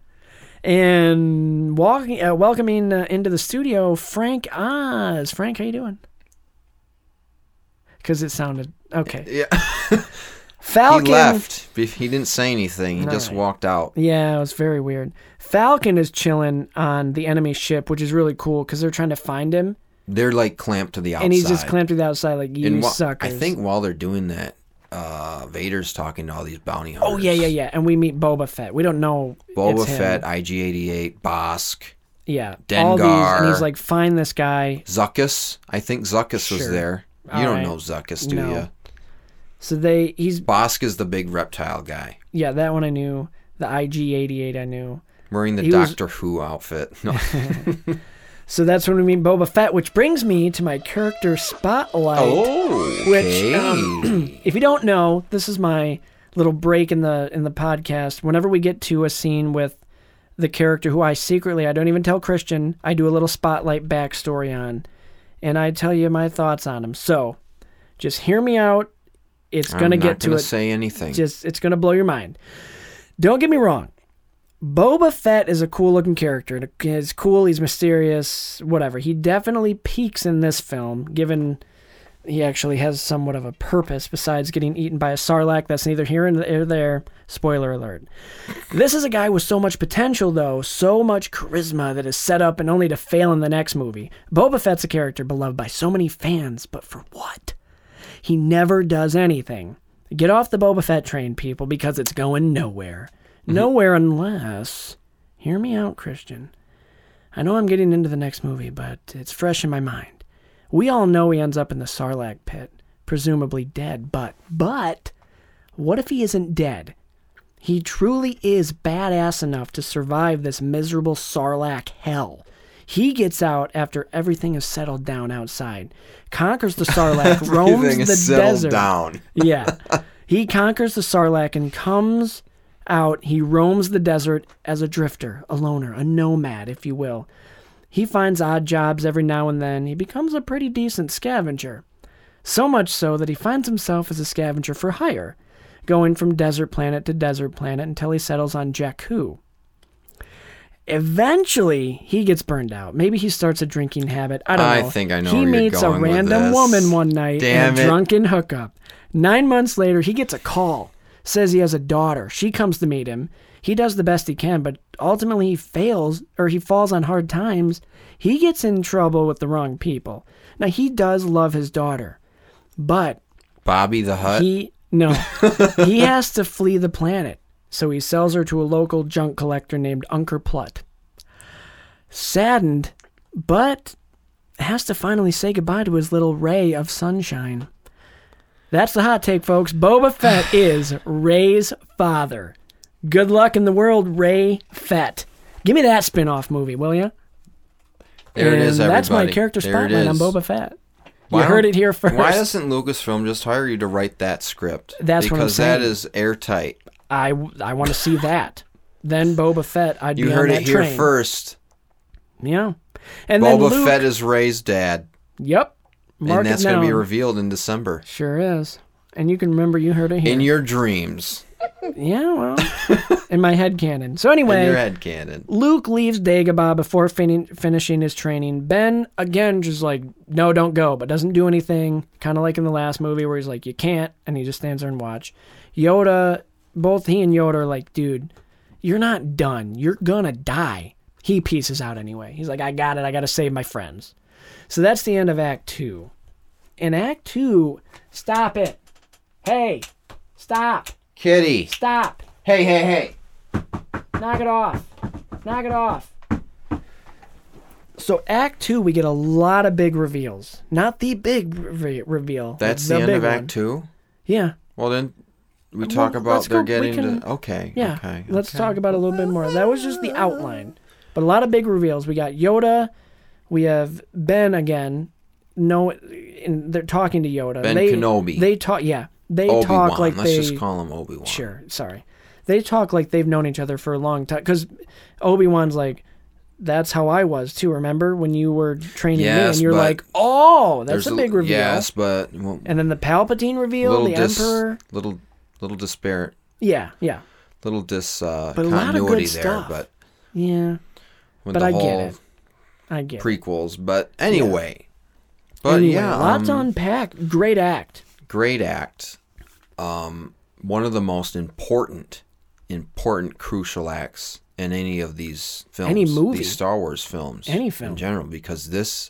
A: And walking, uh, welcoming uh, into the studio, Frank Oz. Frank, how you doing? Because it sounded okay.
B: Yeah.
A: Falcon.
B: He left. Be- He didn't say anything. He just
A: Right.
B: walked out.
A: Yeah, it was very weird. Falcon is chilling on the enemy ship, which is really cool because they're trying to find him,
B: They're like clamped to the outside.
A: and he's just clamped to the outside like you
B: And wha-
A: suckers.
B: I think while they're doing that, uh, Vader's talking to all these bounty hunters.
A: Oh yeah, yeah, yeah. And we meet Boba Fett. We don't know
B: Boba
A: it's him.
B: Fett, IG-88, Bosk,
A: Yeah, all these, and he's
B: Dengar.
A: like, find this guy.
B: Zuckus. I think Zuckus was
A: Sure.
B: there. You
A: All
B: don't
A: right.
B: know Zuckus, do
A: No.
B: you?
A: So they, he's
B: Bosk is the big reptile guy
A: yeah, that one I knew. The IG88 I knew.
B: wearing the
A: He was-
B: Doctor Who outfit. No.
A: So that's when we meet Boba Fett, which brings me to my character spotlight.
B: oh,
A: Which, um,
B: okay.
A: If you don't know, this is my little break in the in the podcast. Whenever we get to a scene with the character who I secretly I don't even tell Christian, I do a little spotlight backstory on, and I tell you my thoughts on him. So, just hear me out. It's
B: I'm
A: gonna
B: not
A: get to
B: gonna
A: it.
B: say anything.
A: Just it's gonna blow your mind. Don't get me wrong. Boba Fett is a cool looking character. and He's cool. He's mysterious. Whatever. He definitely peaks in this film, given he actually has somewhat of a purpose besides getting eaten by a sarlacc. That's neither here nor there. Spoiler alert. This is a guy with so much potential, though, so much charisma that is set up and only to fail in the next movie. Boba Fett's a character beloved by so many fans, but for what? He never does anything. Get off the Boba Fett train, people, because it's going nowhere. Nowhere unless. Hear me out, Christian. I know I'm getting into the next movie, but it's fresh in my mind. We all know he ends up in the Sarlacc pit, presumably dead, but, but, what if he isn't dead? He truly is badass enough to survive this miserable Sarlacc hell. He gets out after everything is settled down outside, conquers the Sarlacc, roams
B: Everything
A: the
B: is settled
A: desert.
B: down.
A: yeah. He conquers the Sarlacc and comes out. He roams the desert as a drifter, a loner, a nomad, if you will. He finds odd jobs every now and then. He becomes a pretty decent scavenger. So much so that he finds himself as a scavenger for hire, going from desert planet to desert planet until he settles on Jakku. Eventually, he gets burned out. Maybe he starts a drinking habit. I don't
B: I
A: know.
B: think I know
A: He
B: where you're
A: meets
B: going
A: a
B: with
A: random
B: this.
A: woman one night
B: Damn
A: and a
B: it.
A: drunken hookup. Nine months later, he gets a call. Says he has a daughter. She comes to meet him. He does the best he can, but ultimately he fails or he falls on hard times. He gets in trouble with the wrong people. Now he does love his daughter, but
B: Bobby the Hutt.
A: he no. he has to flee the planet, so he sells her to a local junk collector named Unker Plutt. Saddened, but has to finally say goodbye to his little ray of sunshine. That's the hot take, folks. Boba Fett is Ray's father. Good luck in the world, Ray Fett. Give me that spin off movie, will you?
B: There
A: and
B: it is, everybody.
A: That's my character
B: There it
A: spotlight on
B: is.
A: Boba Fett.
B: Why
A: you heard
B: don't-
A: it here first.
B: Why doesn't Lucasfilm just hire you to write that script?
A: That's what I'm
B: because that
A: saying.
B: is airtight.
A: I, I want to see that. Then Boba Fett, I'd
B: You
A: be on
B: heard
A: that
B: it here
A: train.
B: first.
A: Yeah. And then
B: Boba
A: Luke,
B: Fett is Ray's dad,
A: Yep. Mark
B: and
A: it
B: that's going to be
A: down.
B: revealed in December.
A: Sure is. And you can remember you heard it here.
B: In your dreams,
A: yeah, well, in my head canon. So anyway,
B: in your head canon.
A: Luke leaves Dagobah before fin- finishing his training. Ben, again, just like, no, don't go, but doesn't do anything. Kind of like in the last movie where he's like, you can't, and he just stands there and watch. Yoda, both he and Yoda are like, dude, you're not done. You're gonna die. He pieces out anyway. He's like, I got it. I gotta save my friends. So that's the end of Act Two. In Act Two, stop it. Hey, stop,
B: Kitty.
A: stop.
B: Hey, hey, hey.
A: Knock it off. Knock it off. So Act 2 we get a lot of big reveals. Not the big re- reveal.
B: That's the, end
A: big
B: of Act
A: one.
B: Two.
A: Yeah.
B: Well, then we talk
A: let's
B: about they're
A: go- we
B: getting
A: can-
B: to okay.
A: Yeah.
B: Okay.
A: Let's
B: okay.
A: talk about it a little bit more. That was just the outline. But a lot of big reveals. We got Yoda, we have Ben again. No and they're talking to Yoda.
B: Ben
A: they,
B: Kenobi.
A: They talk yeah. They
B: Obi
A: talk
B: Wan.
A: like
B: Let's
A: they
B: just call him Obi Wan.
A: Sure, sorry. They talk like they've known each other for a long time because Obi Wan's like, "That's how I was too." Remember when you were training me,
B: Yes,
A: and you're
B: but
A: like, "Oh, that's
B: There's
A: a big reveal."
B: Yes, but well,
A: And then the Palpatine reveal,
B: little
A: the
B: dis,
A: Emperor.
B: little little disparate,
A: Yeah, yeah,
B: little dis uh,
A: But a lot of good
B: continuity there,
A: stuff.
B: but
A: yeah.
B: with
A: But
B: the
A: I get
B: whole
A: it. I get. it.
B: prequels. But anyway, but
A: Anyway,
B: yeah,
A: lots
B: um,
A: to unpack. Great act.
B: great act. Um, one of the most important, important, crucial acts in any of these films,
A: Any movie.
B: these Star Wars films,
A: Any film.
B: in general, because this,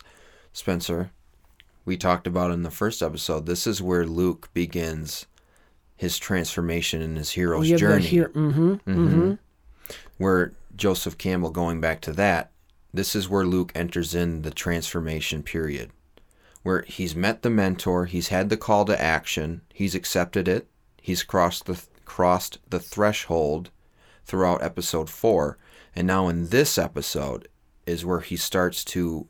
B: Spencer, we talked about in the first episode. This is where Luke begins his transformation and his hero's
A: We have Oh, the
B: journey
A: here. Mm-hmm.
B: where Joseph Campbell going back to that, this is where Luke enters in the transformation period. Where he's met the mentor, he's had the call to action, he's accepted it, he's crossed the crossed the threshold throughout episode 4, and now in this episode is where he starts to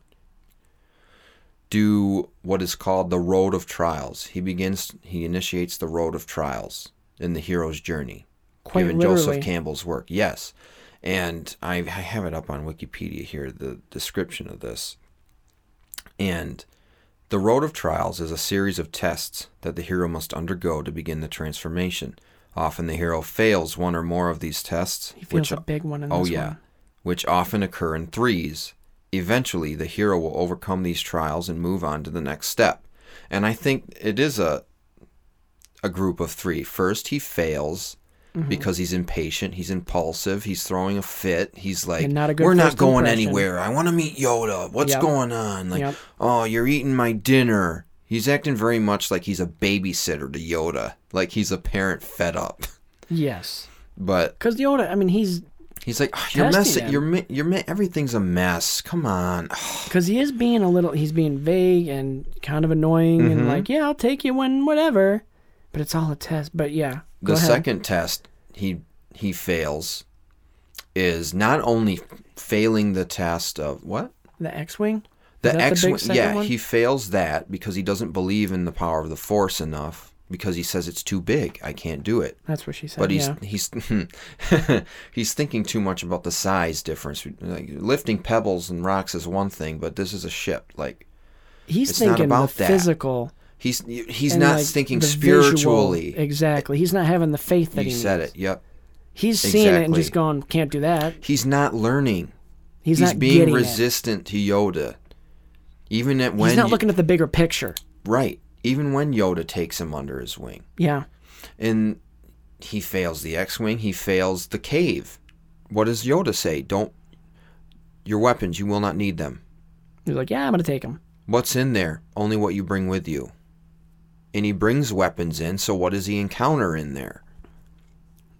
B: do what is called the road of trials. He begins he initiates the road of trials in the hero's journey
A: Quite
B: given
A: literally.
B: Joseph Campbell's work. Yes. And I, I have it up on Wikipedia here, the description of this. And the road of trials is a series of tests that the hero must undergo to begin the transformation. Often the hero fails one or more of these tests,
A: he feels
B: which
A: a big one in this
B: oh yeah,
A: one.
B: which often occur in threes. Eventually, the hero will overcome these trials and move on to the next step. And I think it is a a group of three. First, he fails
A: Mm-hmm.
B: because he's impatient, he's impulsive, he's throwing a fit. He's like,
A: And not a good
B: "We're not
A: first
B: going
A: impression.
B: anywhere. I want to meet Yoda. What's
A: Yep.
B: going on? Like,
A: Yep.
B: oh, you're eating my dinner." He's acting very much like he's a babysitter to Yoda, like he's a parent fed up.
A: Yes,
B: But
A: because Yoda. I mean, he's
B: He's like, "Oh, you're
A: Testing
B: messing.
A: him.
B: You're mi- you're mi- everything's a mess. Come on.
A: Because he is being a little, he's being vague and kind of annoying
B: Mm-hmm.
A: and like, yeah, I'll take you when whatever. But it's all a test. But yeah, go
B: the
A: ahead.
B: second test he he fails is not only failing the test of what
A: the X-wing.
B: the
A: that the
B: X.
A: big
B: one-
A: second
B: yeah,
A: one?
B: he fails that because he doesn't believe in the power of the Force enough because he says it's too big. I can't do it.
A: That's what she said.
B: But he's
A: yeah.
B: he's he's thinking too much about the size difference. Like lifting pebbles and rocks is one thing, but this is a ship. Like
A: he's
B: it's not
A: thinking
B: about
A: the
B: that.
A: physical.
B: he's he's
A: and,
B: not
A: like,
B: thinking
A: the visual-
B: spiritually.
A: Exactly. He's not having the faith that
B: You
A: he
B: said
A: needs.
B: it. Yep.
A: He's seeing it and
B: Exactly.
A: just going, can't do that.
B: He's not learning.
A: He's,
B: He's,
A: not
B: being
A: getting it.
B: resistant to Yoda. Even at when
A: He's not looking at the bigger picture.
B: right. Even when Yoda takes him under his wing,
A: Yeah.
B: and he fails the X-wing, he fails the cave. What does Yoda say? Don't your weapons. You will not need them.
A: He's like, yeah, I'm gonna take him.
B: What's in there? Only what you bring with you. And he brings weapons in. So what does he encounter in there?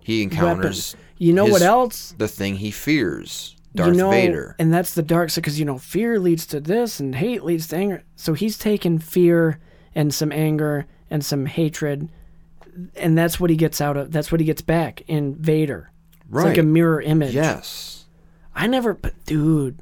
B: He encounters.
A: You know
B: his-
A: what else?
B: The thing he fears. Darth
A: you know,
B: Vader.
A: And that's the dark side because, you know, fear leads to this and hate leads to anger. So he's taken fear and some anger and some hatred, and that's what he gets out of. That's what he gets back in Vader. It's like
B: Right.
A: a mirror image.
B: Yes.
A: I never, but dude,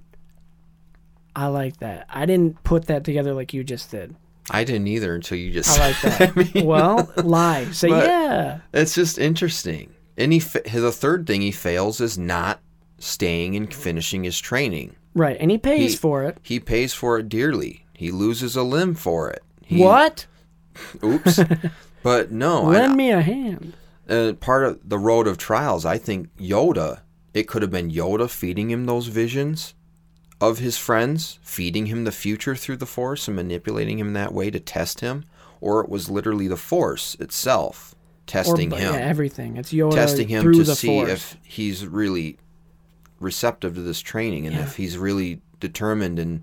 A: I like that. I didn't put that together like you just did.
B: I didn't either until you just.
A: I like that. well, lie. Say
B: But-
A: yeah.
B: It's just interesting. And he fa- the third thing he fails is not staying and finishing his training.
A: Right, and he pays
B: He-
A: for it.
B: He pays for it dearly. He loses a limb for it. He,
A: what?
B: Oops. but no, I-
A: Lend me a hand.
B: uh, part of the road of trials, I think Yoda, it could have been Yoda feeding him those visions of his friends, feeding him the future through the Force and manipulating him that way to test him, or it was literally the Force itself testing
A: or,
B: him,
A: Yeah, everything. It's Yoda
B: testing him
A: through
B: to
A: the
B: see
A: force.
B: if he's really receptive to this training and if he's really determined and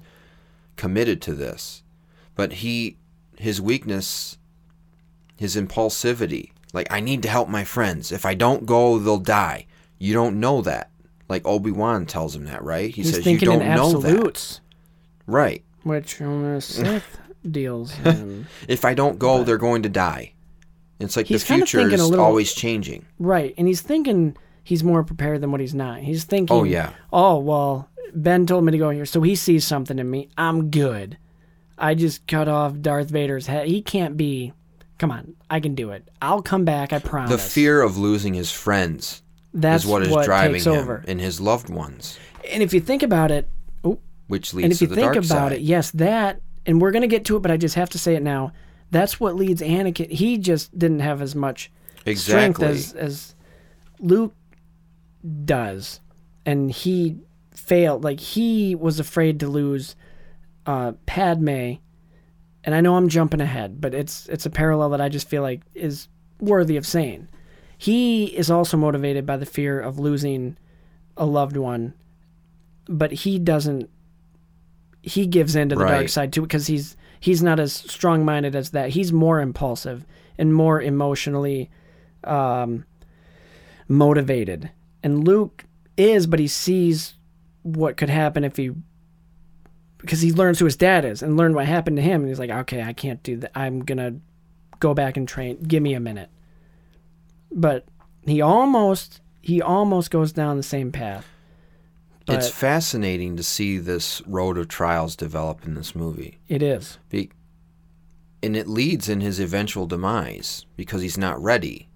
B: committed to this. But he, his weakness his impulsivity. Like, I need to help my friends. If I don't go, they'll die. You don't know that. Like Obi Wan tells him that, right? He
A: He's
B: says you
A: thinking
B: don't
A: in
B: know that.
A: absolutes,
B: Right.
A: which um, Sith deals. In.
B: If I don't go, they're going to die. It's like
A: He's
B: the
A: kinda
B: future
A: thinking
B: is
A: a little-
B: always changing.
A: Right, and he's thinking he's more prepared than what he's not. He's thinking,
B: Oh, yeah.
A: oh well, Ben told me to go here, so he sees something in me. I'm good. I just cut off Darth Vader's head. He can't be. Come on, I can do it. I'll come back. I promise.
B: The fear of losing his friends
A: That's
B: is what is driving
A: takes
B: him
A: over.
B: and his loved ones,
A: And if you think about it, oh,
B: which
A: and
B: leads
A: if
B: to
A: you
B: the
A: think
B: dark
A: about
B: side.
A: it, yes, that, and we're gonna get to it, but I just have to say it now. That's what leads Anakin. He just didn't have as much
B: exactly.
A: strength as as Luke does, and he failed. Like he was afraid to lose uh, Padme, and I know I'm jumping ahead, but it's it's a parallel that I just feel like is worthy of saying. He is also motivated by the fear of losing a loved one, but he doesn't. He gives in to the dark
B: Right.
A: side too because he's he's not as strong minded as that. He's more impulsive and more emotionally um, motivated. And Luke is, but he sees what could happen if he, because he learns who his dad is and learned what happened to him. And he's like, okay, I can't do that. I'm going to go back and train. Give me a minute. But he almost, he almost goes down the same path. But
B: it's fascinating to see this road of trials develop in this movie.
A: it is.
B: Be- and it leads in his eventual demise because he's not ready.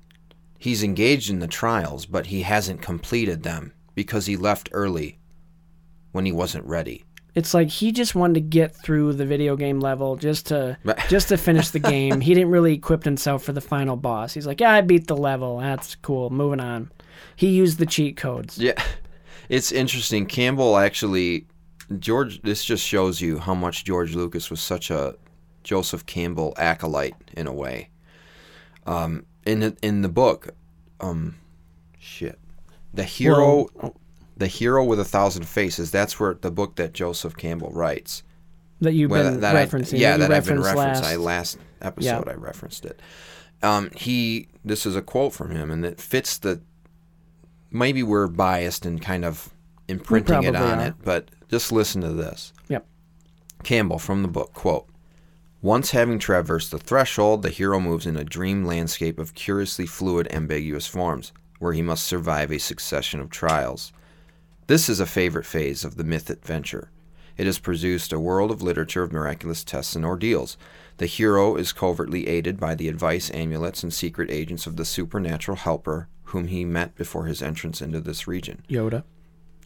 B: He's engaged in the trials, but he hasn't completed them because he left early when he wasn't ready.
A: It's like he just wanted to get through the video game level just to
B: But-
A: just to finish the game. He didn't really equip himself for the final boss. He's like, "Yeah, I beat the level. That's cool. Moving on." He used the cheat codes.
B: Yeah. It's interesting. Campbell actually George this just shows you how much George Lucas was such a Joseph Campbell acolyte in a way. Um in the, in the book um shit. The hero The Hero with a Thousand Faces, that's where the book that Joseph Campbell writes.
A: that you've
B: Well,
A: been
B: that I-
A: referencing.
B: yeah,
A: you
B: that I've been referenced.
A: referenced last.
B: I last episode I referenced it. Um, he, this is a quote from him, and it fits the. Maybe we're biased and kind of imprinting it
A: probably
B: on
A: are.
B: it, but just listen to this.
A: Yep.
B: Campbell from the book quote. Once having traversed the threshold, the hero moves in a dream landscape of curiously fluid, ambiguous forms, where he must survive a succession of trials. This is a favorite phase of the myth adventure. It has produced a world of literature of miraculous tests and ordeals. The hero is covertly aided by the advice, amulets, and secret agents of the supernatural helper whom he met before his entrance into this region.
A: Yoda.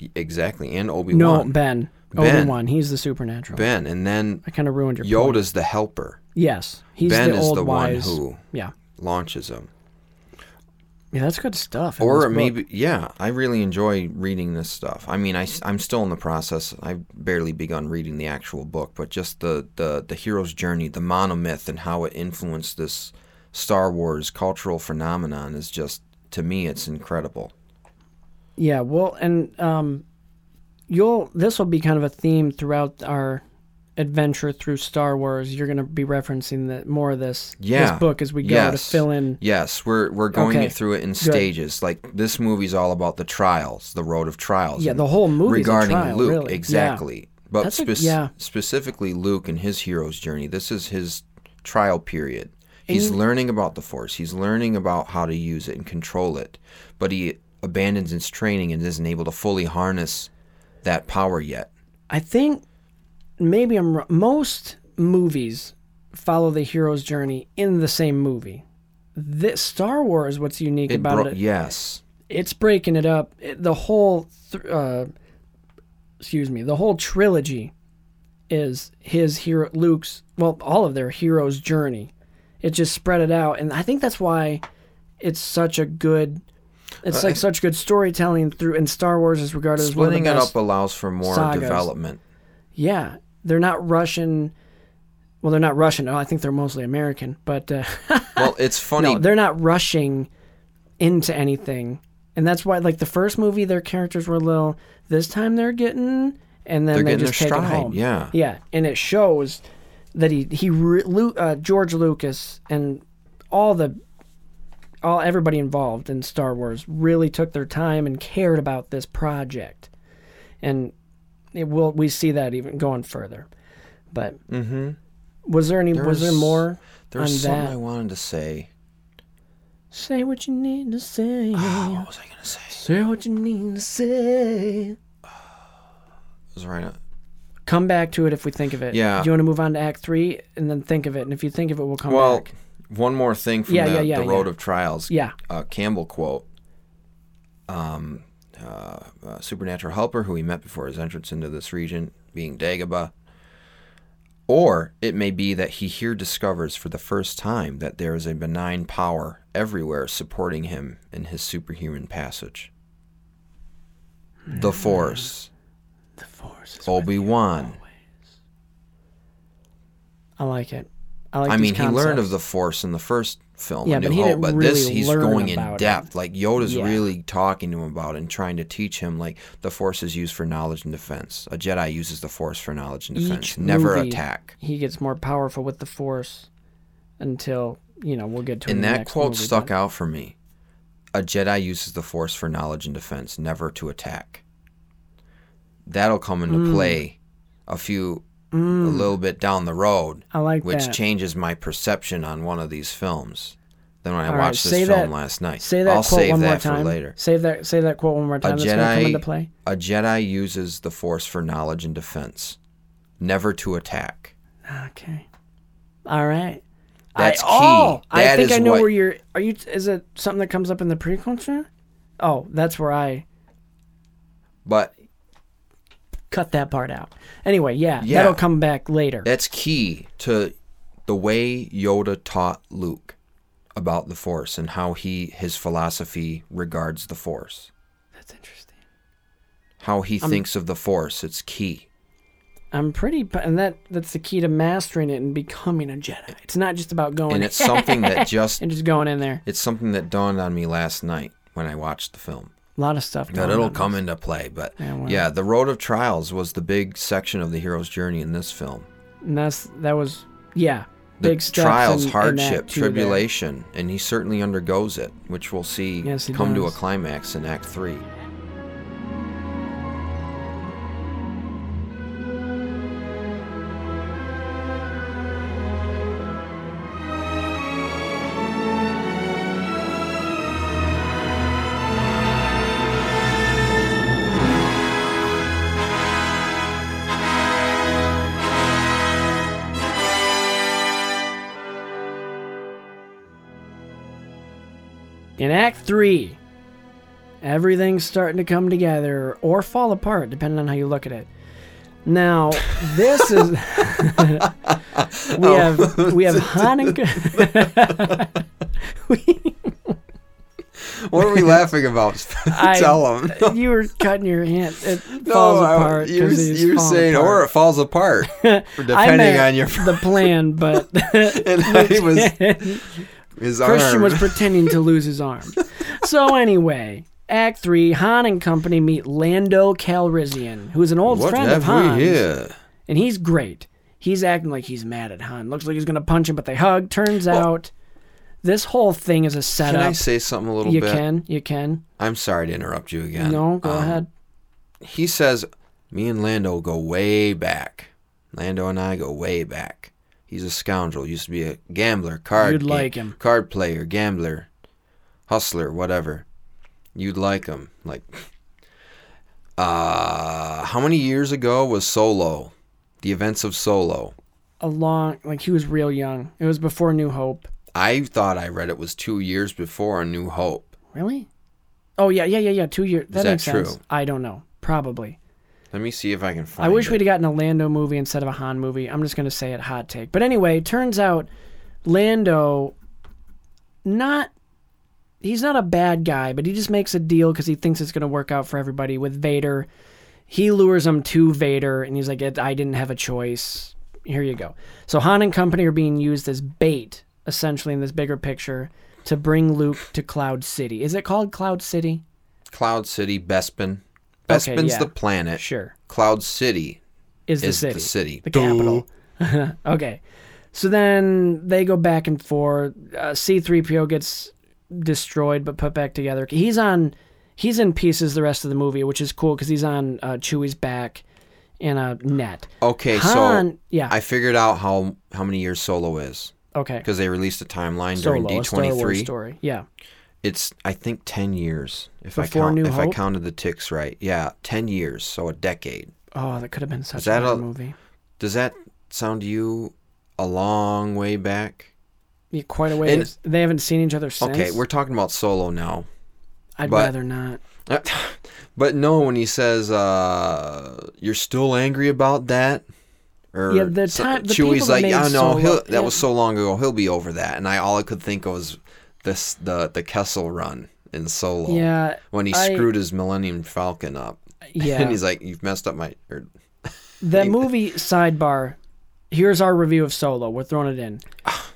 B: Y- Exactly, and Obi
A: No,
B: Wan.
A: Ben.
B: Ben.
A: Obi Wan. He's the supernatural.
B: ben, and then
A: I kind of ruined your point.
B: Yoda's the helper.
A: Yes, he's
B: ben
A: the
B: is
A: old
B: the
A: wise.
B: one who
A: Yeah,
B: launches him.
A: yeah, that's good stuff. in this
B: Or
A: book.
B: maybe, yeah, I really enjoy reading this stuff. I mean, I, am still in the process. I've barely begun reading the actual book, but just the, the, the hero's journey, the monomyth, and how it influenced this Star Wars cultural phenomenon is just, to me, it's incredible.
A: Yeah, well, and um, you'll this will be kind of a theme throughout our adventure through Star Wars. You're going to be referencing the, more of this
B: Yeah.
A: this book as we go to
B: Yes.
A: fill in.
B: Yes, we're, we're going
A: Okay.
B: it through it in stages. Like, this movie's all about the trials, the road of trials.
A: Yeah,
B: and
A: the whole movie
B: regarding
A: trial,
B: Luke,
A: really. Yeah.
B: exactly. But
A: That's a-
B: spec-
A: yeah.
B: specifically Luke and his hero's journey. This is his trial period. He's learning about the force. He's learning about how to use it and control it. But he abandons his training and isn't able to fully harness that power yet.
A: I think maybe I'm wrong. most movies follow the hero's journey in the same movie. This Star Wars, what's unique
B: It
A: about
B: bro-
A: it?
B: Yes.
A: It's breaking it up. It- the whole, th- uh, excuse me, the whole trilogy is his hero Luke's. Well, all of their hero's journey. It just spread it out, and I think that's why it's such a good. It's
B: Uh,
A: like such good storytelling through, and Star Wars is regarded as one of the
B: Splitting it
A: best.
B: up allows for more
A: sagas.
B: development.
A: Yeah, they're not Russian. Well, they're not Russian. Oh, I think they're mostly American. But uh,
B: Well, it's funny.
A: no, Oh, they're not rushing into anything, and that's why, like the first movie, their characters were little. This time, they're getting, and then
B: They're
A: they
B: getting
A: just
B: their
A: take it
B: stride,
A: home.
B: yeah.
A: yeah, and it shows that he he re- Lu, uh, George Lucas and all the all everybody involved in Star Wars really took their time and cared about this project, and it will we see that even going further. But
B: Mm-hmm.
A: was there any?
B: There
A: was, there
B: was-
A: more?
B: there was
A: on
B: something
A: that.
B: I wanted to say.
A: Say what you need to say.
B: What was I going to say? It
A: say what you need to say.
B: was right. up-
A: Come back to it if we think of it.
B: Yeah.
A: Do you want to move on to Act Three and then think of it? And if you think of it, we'll come
B: Well,
A: back.
B: one more thing from
A: Yeah,
B: the,
A: yeah, yeah,
B: the Road
A: yeah.
B: of Trials.
A: Yeah.
B: Uh, Campbell quote. Um, uh, uh, supernatural helper who he met before his entrance into this region, being Dagobah. Or it may be that he here discovers for the first time that there is a benign power everywhere supporting him in his superhuman passage. The Force,
A: The Force. is-
B: Obi Wan.
A: I like it. I like.
B: I
A: these
B: mean, he learned of
A: concepts.
B: the Force in the first film,
A: Yeah,
B: A New
A: but he
B: Hope,
A: didn't
B: but this
A: really
B: he's
A: learn
B: going in
A: about it.
B: depth. Like Yoda's
A: Yeah.
B: really talking to him about it and trying to teach him like the Force is used for knowledge and defense. A Jedi uses the Force for knowledge and defense,
A: Each
B: never
A: movie,
B: attack.
A: He gets more powerful with the Force until you know we'll get to. it in
B: And
A: the
B: that
A: next
B: quote
A: movie,
B: stuck
A: but-
B: out for me. A Jedi uses the Force for knowledge and defense, never to attack. That'll come into
A: Mm.
B: play a few, a little bit down the road,
A: I like
B: which
A: that.
B: changes my perception on one of these films. Then when I
A: All right,
B: watched
A: say
B: this film
A: that-
B: last night,
A: Say that
B: I'll
A: quote
B: save
A: one
B: that
A: more
B: for
A: time.
B: later.
A: Save that. Say that quote one more
B: A
A: time. That's gonna come into
B: Jedi,
A: play.
B: a Jedi uses the Force for knowledge and defense, never to attack.
A: Okay. All right.
B: That's
A: I,
B: key.
A: Oh, I
B: That
A: think
B: is
A: I know
B: what-
A: where you're. Are you? Is it something that comes up in the prequel? Oh, that's where I
B: But
A: cut that part out. Anyway, yeah,
B: Yeah.
A: that'll come back later.
B: that's key to the way Yoda taught Luke about the Force and how he his philosophy regards the Force,
A: that's interesting.
B: how he
A: Um,
B: thinks of the Force. It's key.
A: I'm pretty, p- and that that's the key to mastering it and becoming a Jedi. It's not just about going
B: And it's something that just
A: and just going in there.
B: it's something that dawned on me last night when I watched the film.
A: A lot of stuff.
B: that
A: going
B: it'll
A: on.
B: come into play. But
A: Yeah, well.
B: yeah, the road of trials was the big section of the hero's journey in this film.
A: And that's that was yeah.
B: The
A: big steps
B: trials,
A: in- in
B: hardship,
A: Act Two there.
B: tribulation, and he certainly undergoes it, which we'll see
A: Yes, he
B: come to a
A: does.
B: climax in Act Three.
A: In Act 3, everything's starting to come together or fall apart, depending on how you look at it. Now, this is. we
B: Oh.
A: have we have Hanukkah.
B: What are we laughing about?
A: I-
B: Tell him.
A: you were cutting your hand. It falls apart. 'cause
B: you're,
A: he's
B: you're
A: falling
B: saying,
A: apart.
B: or it falls apart,
A: I
B: depending
A: meant
B: on your.
A: the plan, but
B: And he was his
A: Christian
B: arm.
A: was pretending to lose his arm. So anyway, Act Three, Han and company meet Lando Calrissian, who is an old
B: what
A: friend
B: have
A: of Han's.
B: we here?
A: and he's great. He's acting like he's mad at Han. Looks like he's gonna punch him, but they hug. Turns out, this whole thing is a
B: Can
A: setup.
B: I say something a little
A: you
B: bit?
A: can, you can.
B: I'm sorry to interrupt you again.
A: no, go
B: Um,
A: ahead.
B: he says, Me and Lando go way back. Lando and I go way back. He's a scoundrel. Used to be a gambler, card.
A: You'd
B: ga-
A: like him.
B: Card player, gambler, hustler, whatever. You'd like him. Like, uh, how many years ago was Solo? The events of Solo.
A: A long, like he was real young. It was before New Hope.
B: I thought I read it was two years before A New Hope.
A: Really? Oh yeah, yeah, yeah, yeah. Two years. That
B: that
A: makes sense.
B: true?
A: I don't know. Probably.
B: Let me see if I can find.
A: I wish
B: it.
A: we'd have gotten a Lando movie instead of a Han movie. I'm just gonna say it hot take. But anyway, turns out Lando, not he's not a bad guy, but he just makes a deal because he thinks it's gonna work out for everybody with Vader. He lures him to Vader, and he's like, "It- "I didn't have a choice. Here you go." So Han and company are being used as bait, essentially, in this bigger picture to bring Luke to Cloud City. Is it called Cloud City?
B: Cloud City, Bespin. Bespin's
A: yeah.
B: the planet.
A: Sure.
B: Cloud City
A: Is the
B: is
A: city.
B: the city.
A: the capital. okay. So then they go back and forth. Uh, C3PO gets destroyed but put back together. He's on he's in pieces the rest of the movie, which is cool cuz he's on uh, Chewie's back in a net.
B: Okay, so
A: Han- yeah.
B: I figured out how how many years Solo is
A: Okay.
B: because they released a timeline during
A: Solo,
B: D
A: a Star
B: twenty
A: Wars
B: three.
A: story. Yeah.
B: It's I think ten years if I
A: Before
B: count
A: New
B: if I
A: Hope?
B: counted the ticks right. Yeah, ten years, so a decade.
A: Oh, that could have been such
B: that
A: a good
B: a-
A: movie.
B: Does that sound to you a long way back?
A: Yeah, quite a
B: And-
A: ways. they haven't seen each other since.
B: Okay, we're talking about Solo now.
A: I'd
B: but-
A: rather not.
B: But no, when he says uh, you're still angry about that, or
A: Yeah, the
B: so-
A: time- the people
B: Chewie's
A: that
B: like,
A: made
B: yeah, no,
A: Solo-
B: he'll, that
A: yeah.
B: was so long ago. He'll be over that. And I all I could think of was this the the Kessel Run in Solo.
A: Yeah,
B: when he
A: I-
B: screwed his Millennium Falcon up,
A: Yeah.
B: and he's like, you've messed up my. er, Or,
A: That movie sidebar. Here's our review of Solo. We're throwing it in.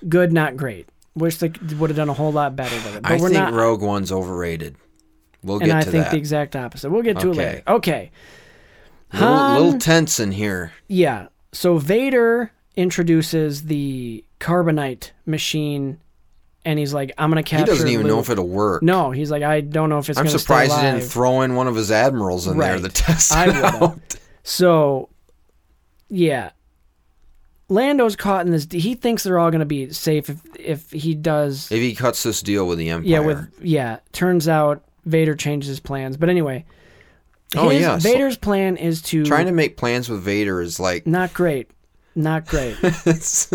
A: Good, not great. Wish they would have done a whole lot better with it. But
B: I
A: we're
B: think
A: not.
B: Rogue One's overrated. We'll
A: and
B: get
A: I
B: to
A: think
B: that.
A: the exact opposite. We'll get to
B: Okay.
A: it later. Okay.
B: little, little
A: Han-
B: tense in here.
A: Yeah. So Vader introduces the carbonite machine, and he's like, "I'm gonna
B: He
A: capture."
B: doesn't even know
A: Luke."
B: if it'll work.
A: No, he's like, "I don't know if it's."
B: I'm
A: gonna
B: surprised
A: stay
B: he
A: alive.
B: didn't throw in one of his admirals in there
A: Right.
B: to test
A: I
B: it
A: would've.
B: out.
A: So, yeah, Lando's caught in this. He thinks they're all gonna be safe if if he does.
B: If he cuts this deal with the Empire.
A: Yeah, with yeah. Turns out Vader changes his plans, but anyway.
B: Oh,
A: his-
B: yeah, so-
A: Vader's plan is to
B: trying to make plans with Vader is like
A: not great, not great.
B: it's,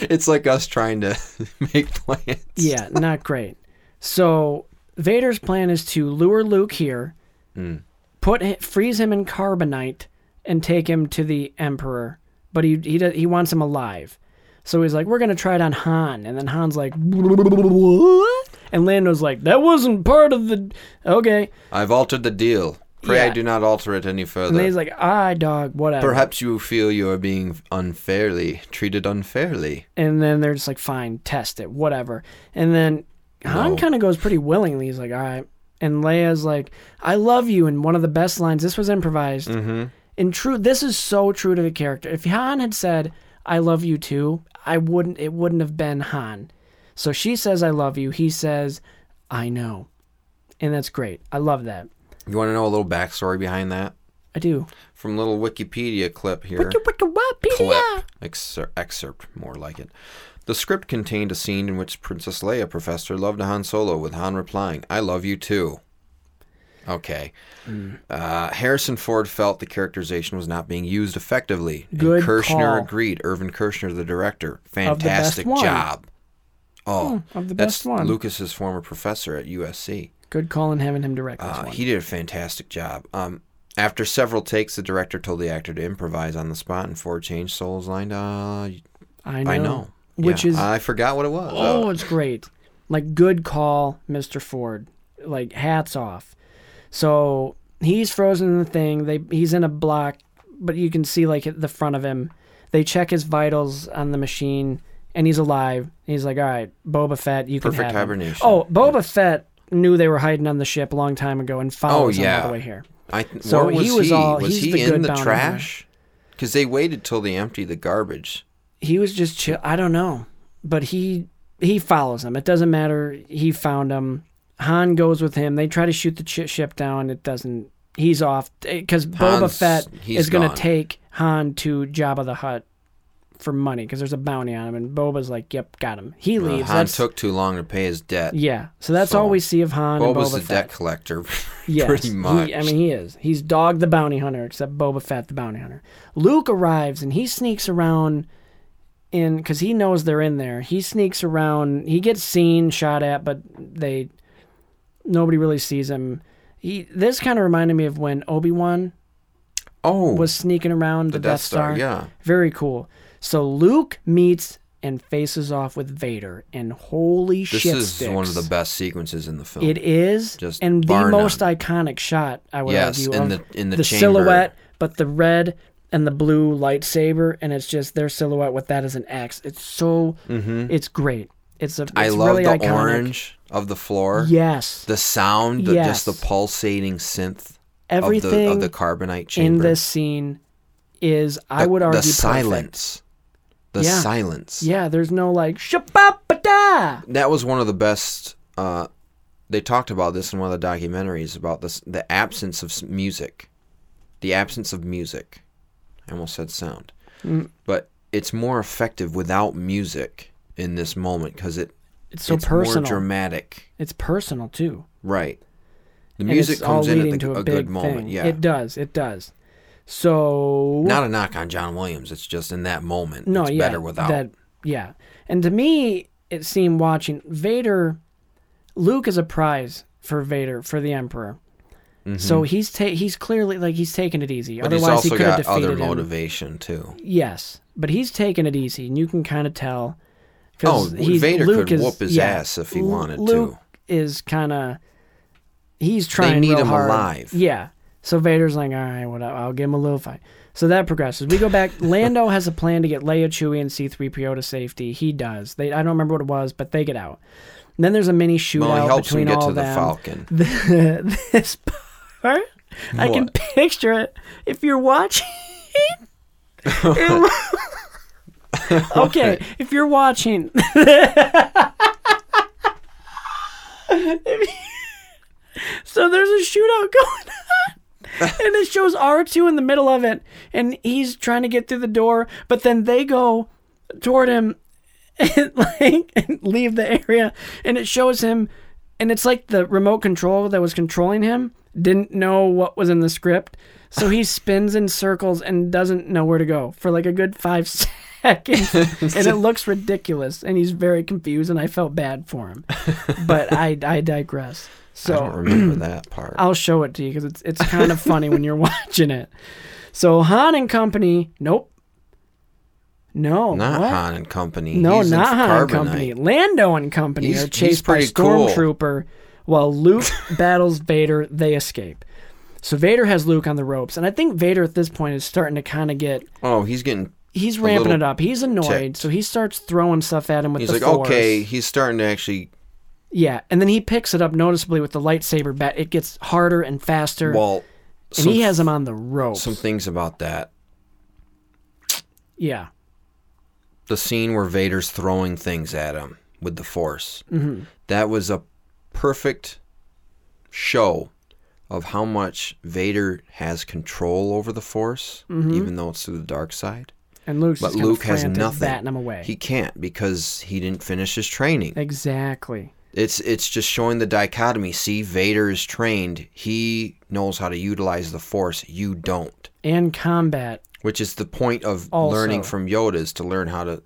B: it's like us trying to make plans.
A: yeah, not great. So Vader's plan is to lure Luke here,
B: Hmm.
A: put hi- freeze him in carbonite, and take him to the Emperor. But he he does, he wants him alive. So he's like, "We're gonna try it on Han," and then Han's like, "What?" And Lando's like, "That wasn't part of the okay."
B: I've altered the deal. Pray I
A: Yeah.
B: do not alter it any
A: And then
B: further.
A: he's like, "Ah, dog, whatever."
B: Perhaps you feel you are being unfairly treated unfairly.
A: and then they're just like, fine, test it, whatever. And then Han
B: No.
A: kind of goes pretty willingly. He's like, all right. And Leia's like, I love you. And one of the best lines, this was improvised. Mm-hmm. And true, this is so true to the character. If Han had said, I love you too, I wouldn't, it wouldn't have been Han. So she says, I love you. He says, I know. And that's great. I love that.
B: You want to know a little backstory behind that?
A: I do.
B: From a little Wikipedia clip here.
A: Wicca, wicca, wapedia.
B: clip, excer- excerpt more like it. The script contained a scene in which Princess Leia professed her love to Han Solo, with Han replying, I love you too. Okay.
A: Mm.
B: Uh, Harrison Ford felt the characterization was not being used effectively. and
A: Good
B: Kirshner
A: call.
B: agreed. Irvin Kirshner, the director.
A: best
B: Fantastic
A: one. Hmm,
B: job. Oh,
A: of the
B: that's
A: best one.
B: Lucas's former professor at USC.
A: Good call in having him direct this
B: Uh,
A: one.
B: he did a fantastic job. Um, after several takes, the director told the actor to improvise on the spot, and Ford changed Solo's line to uh,
A: I know.
B: I know.
A: Which
B: Yeah,
A: is
B: I forgot what it was.
A: Oh,
B: Uh,
A: it's great. Like, good call, Mr. Ford. Like, hats off. So he's frozen in the thing. They he's in a block, but you can see like the front of him. They check his vitals on the machine, and he's alive. He's like, all right, Boba Fett, you can
B: Perfect
A: have him."
B: hibernation.
A: Oh, Boba Fett knew they were hiding on the ship a long time ago and followed them
B: Oh, yeah.
A: all the way here.
B: I th-
A: so
B: where
A: he was all-
B: was
A: he's
B: he
A: the
B: in
A: good
B: the
A: bounty
B: trash? Because they waited till they emptied the garbage.
A: He was just chill. I don't know, but he he follows them. It doesn't matter. He found them. Han goes with him. They try to shoot the ch- ship down. It doesn't. He's off because Boba
B: Han's-
A: Fett
B: he's
A: is going
B: gone.
A: to take Han to Jabba the Hutt for money because there's a bounty on him, and Boba's like, "Yep, got him." He
B: Uh,
A: leaves.
B: Han
A: that's,
B: took too long to pay his debt.
A: yeah, so that's all
B: So,
A: we see of Han. and
B: Boba's
A: Boba
B: the
A: Fett.
B: debt collector,
A: Yes,
B: pretty
A: he-
B: much.
A: I mean, he is. He's Dog the Bounty Hunter, except Boba Fett the Bounty Hunter. Luke arrives and he sneaks around in because he knows they're in there. He sneaks around. He gets seen, shot at, but they nobody really sees him. He this kind of reminded me of when Obi Wan
B: oh,
A: was sneaking around the,
B: the Death Star, yeah.
A: very cool. So Luke meets and faces off with Vader, and holy
B: this
A: shit!
B: is
A: sticks.
B: one of the best sequences in the film.
A: It is,
B: Just
A: and the
B: bar none.
A: most iconic shot I would
B: Yes,
A: argue
B: in
A: of
B: the- in the chamber.
A: silhouette, but the red and the blue lightsaber, and it's just their silhouette with that as an X. It's so, it's great. It's a. It's
B: Mm-hmm. I love
A: really
B: the
A: iconic.
B: orange of the floor.
A: Yes,
B: The sound, the,
A: Yes.
B: just the pulsating synth
A: everything
B: of the of the carbonite
A: in
B: chamber.
A: this scene is, I
B: The-
A: would argue,
B: the
A: perfect.
B: silence. The
A: Yeah.
B: silence.
A: Yeah, there's no like shapapada.
B: that was one of the best. Uh, they talked about this in one of the documentaries about this the absence of s- music, the absence of music. I almost said sound,
A: Mm.
B: but it's more effective without music in this moment because it
A: It's so
B: it's
A: personal.
B: more dramatic,
A: It's personal too.
B: right? The
A: And
B: music
A: it's all
B: comes in
A: leading
B: at the,
A: to
B: a,
A: big
B: good moment,
A: thing.
B: yeah.
A: It does. It does. So
B: Not a knock on John Williams. It's just in that moment.
A: no,
B: it's
A: yeah,
B: better without.
A: that. Yeah, and to me, it seemed watching Vader, Luke is a prize for Vader for the Emperor. So he's ta- he's clearly like he's taking it easy.
B: Mm-hmm. but he's
A: Otherwise,
B: also
A: he could have
B: got
A: defeated
B: other
A: him.
B: motivation too.
A: Yes, but he's taking it easy, and you can kind of tell.
B: Oh,
A: 'cause he's-
B: Vader
A: Luke
B: could
A: is-
B: whoop his
A: yeah,
B: ass if he
A: Lu-
B: wanted
A: Luke
B: to.
A: Is kind of he's trying.
B: need
A: real
B: him
A: hard.
B: alive.
A: Yeah. So Vader's like, all right, whatever. I'll give him a little fight. So that progresses. We go back. Lando has a plan to get Leia, Chewie, and C-3PO to safety. He does. They I don't remember what it was, but they get out. And then there's a mini shootout
B: Well, he helps him
A: between
B: get
A: all
B: to
A: of
B: the
A: them.
B: Falcon.
A: this part, I can
B: What?
A: picture it. If you're watching, it lo- okay. If you're watching, If you- so there's a shootout going on, and it shows R two in the middle of it, and he's trying to get through the door, but then they go toward him and like and leave the area and it shows him and it's like the remote control that was controlling him didn't know what was in the script so he spins in circles and doesn't know where to go for like a good five seconds and it looks ridiculous and he's very confused and i felt bad for him but i, I digress
B: I
A: so
B: don't remember that part.
A: I'll show it to you because it's it's kind of funny when you're watching it. So Han and Company, nope, no,
B: Not
A: what?
B: Han and Company.
A: No,
B: He's in
A: not Han and
B: Carbonite.
A: Company. Lando and Company
B: He's-
A: are chased
B: he's
A: by
B: pretty cool.
A: Stormtrooper while Luke battles Vader. They escape. So Vader has Luke on the ropes, and I think Vader at this point is starting to kind of get.
B: Oh, he's getting.
A: He's ramping
B: little
A: it up. He's annoyed,
B: ticked.
A: so he starts throwing stuff at him with
B: He's
A: the
B: like,
A: Force.
B: okay, he's starting to actually.
A: yeah, and then he picks it up noticeably with the lightsaber bat. It gets harder and faster,
B: Well,
A: and
B: some,
A: he has him on the ropes.
B: some things about that.
A: yeah,
B: The scene where Vader's throwing things at him with the Force. Mm-hmm. That was a perfect show of how much Vader has control over the Force, even though it's through the dark side.
A: and Luke's
B: But
A: just Mm-hmm. kinda
B: Luke has
A: frantic,
B: nothing.
A: batting him away.
B: He can't because he didn't finish his training.
A: exactly.
B: It's it's just showing the dichotomy. See, Vader is trained. He knows how to utilize the Force. You don't,
A: And combat
B: which is the point of
A: Also. Mm-hmm.
B: learning from Yoda is to learn how to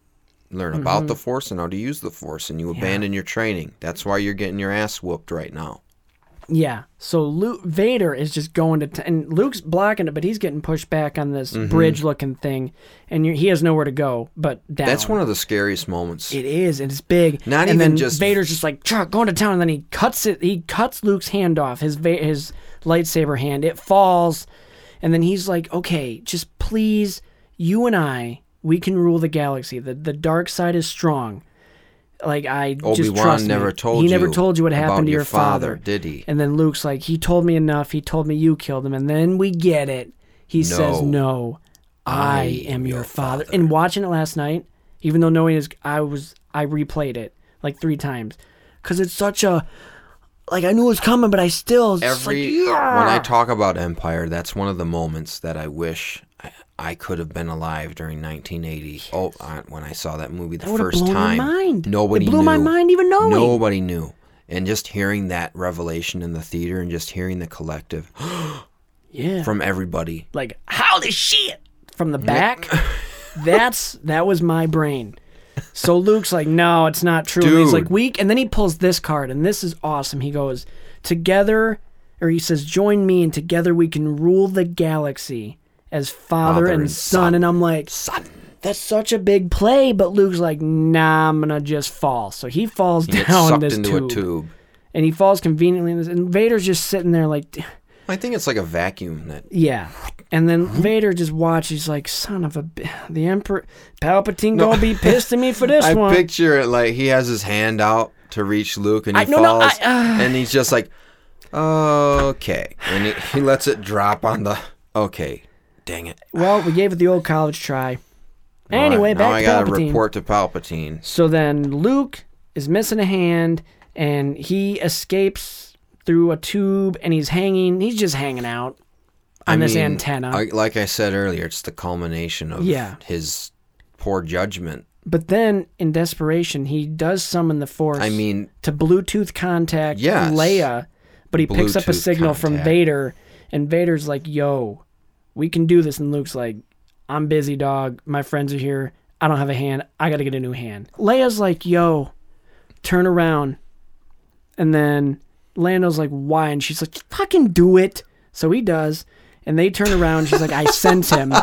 B: learn about the Force and how to use the Force. And you abandon your training. That's why you're getting your ass whooped right now.
A: Yeah. So Luke Vader is just going to, t- and Luke's blocking it, but he's getting pushed back on this
B: Mm-hmm.
A: bridge-looking thing, and you he has nowhere to go but down.
B: That's one of the scariest moments.
A: Oh. It is, and it's big.
B: Not
A: and
B: even
A: then
B: just-
A: Vader's just like Chuck going to town, and then he cuts it. He cuts Luke's hand off his va- his lightsaber hand. It falls, and then he's like, "Okay, just please, you and I, we can rule the galaxy. The the dark side is strong." Like I just
B: Obi-Wan
A: trust me.
B: never told
A: he never
B: you
A: told you what
B: about
A: happened to
B: your
A: your father,
B: father, did he?
A: And then Luke's like, "He told me enough. He told me you killed him." And then we get it. He says,
B: No.
A: "No, I am your father. And watching it last night, even though knowing is, I was I replayed it like three times because it's such a like I knew it was coming, but I still it's just
B: Every
A: like, yeah.
B: when I talk about Empire, that's one of the moments that I wish I, I could have been alive during 1980. Oh, I, when I saw that movie the
A: That would have
B: first
A: blown
B: time,
A: your mind.
B: nobody
A: it blew my
B: knew.
A: mind even knowing.
B: Nobody knew. And just hearing that revelation in the theater and just hearing the collective
A: Yeah.
B: from everybody.
A: like holy shit from the back. That's that was my brain. So Luke's like, no, it's not true. And he's
B: Dude.
A: like, weak. And then he pulls this card, and this is awesome. He goes, together, or he says, join me, and together we can rule the galaxy as father, and, son. And I'm like,
B: Son.
A: that's such a big play. But Luke's like, nah, I'm gonna just fall. So he falls
B: He gets
A: down
B: sucked
A: this
B: into
A: tube,
B: a tube.
A: and he falls conveniently. In this, and Vader's just sitting there like.
B: I think it's like a vacuum that
A: Yeah. And then Vader just watches, like, son of a. b- The Emperor. Palpatine gonna be pissed at me for this
B: I
A: one.
B: picture it like he has his hand out to reach Luke and he
A: I- no, no,
B: falls
A: I- ah.
B: and he's just like okay and he, he lets it drop on the okay dang it
A: well, we gave it the old college try.
B: All right,
A: Anyway,
B: now
A: back
B: I
A: to
B: gotta
A: Palpatine.
B: report to Palpatine
A: So then Luke is missing a hand and he escapes through a tube and he's hanging. He's just hanging out on this
B: mean,
A: antenna.
B: I- like I said earlier it's the culmination of
A: Yeah.
B: his poor judgment
A: but then, in desperation, he does summon the Force.
B: I mean
A: to Bluetooth contact
B: Yes.
A: Leia, but he picks up a
B: Bluetooth
A: signal from
B: contact.
A: Vader, and Vader's like, "Yo, we can do this." And Luke's like, "I'm busy, dog. My friends are here. I don't have a hand. I got to get a new hand." Leia's like, "Yo, turn around," and then Lando's like, "Why?" And she's like, "Fucking do it." So he does. And they turn around. She's like, "I sent him."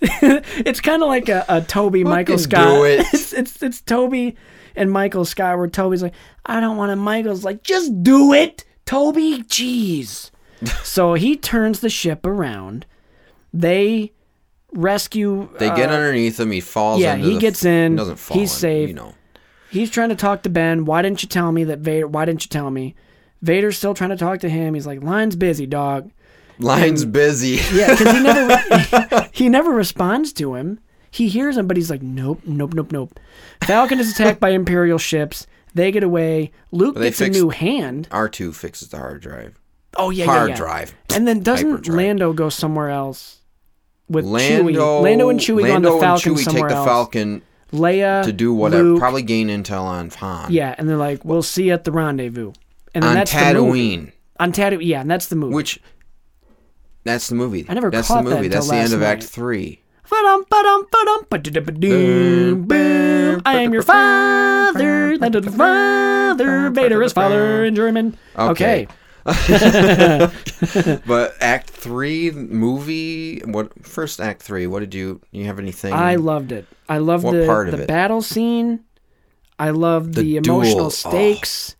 A: it's kind of like a, a Toby Michael
B: do
A: Scott.
B: it.
A: It's, it's it's Toby and Michael Scott. Where Toby's like, "I don't want to." Michael's like, "Just do it, Toby." Jeez. so he turns the ship around. They rescue.
B: they
A: uh,
B: get underneath him he falls
A: yeah,
B: into
A: he
B: the-
A: gets in,
B: he doesn't fall
A: he's
B: in,
A: safe.
B: you know
A: He's trying to talk to Ben. Why didn't you tell me that Vader? Why didn't you tell me? Vader's still trying to talk to him. He's like, "Line's busy, dog."
B: Line's busy
A: Yeah, because he never he never responds to him. He hears him, but he's like, nope, nope, nope, nope. Falcon is attacked by Imperial ships. They get away. Luke
B: they
A: gets
B: fixed-
A: a new hand.
B: R2 fixes the hard drive
A: Oh yeah,
B: hard
A: yeah, yeah.
B: drive
A: And then doesn't
B: Hyperdrive.
A: Lando go somewhere else with
B: Lando,
A: Chewie? Lando and Chewie go on the
B: Lando
A: Falcon
B: and Chewie
A: somewhere
B: take the
A: else.
B: Falcon
A: Leia
B: to do whatever,
A: Luke-
B: probably gain intel on Han.
A: yeah, and they're like, we'll see you at the rendezvous. And then
B: on
A: that's the movie.
B: Tatooine,
A: On Tatooine, yeah, and that's the movie.
B: which that's the movie.
A: I never
B: that's
A: caught
B: the
A: that
B: movie. that's the
A: until
B: end of
A: last
B: Act
A: night.
B: Three.
A: Ba-dum, ba-dum, ba-dum, ba-da-da-ba-doom, boom. I am your father, land of the father, Vader is father in German. Okay.
B: Okay. But Act Three movie, what first Act Three? What did you? You have anything?
A: I loved it. I loved
B: What
A: the,
B: part of
A: the
B: it?
A: battle scene. I loved the,
B: The
A: emotional
B: duel.
A: stakes.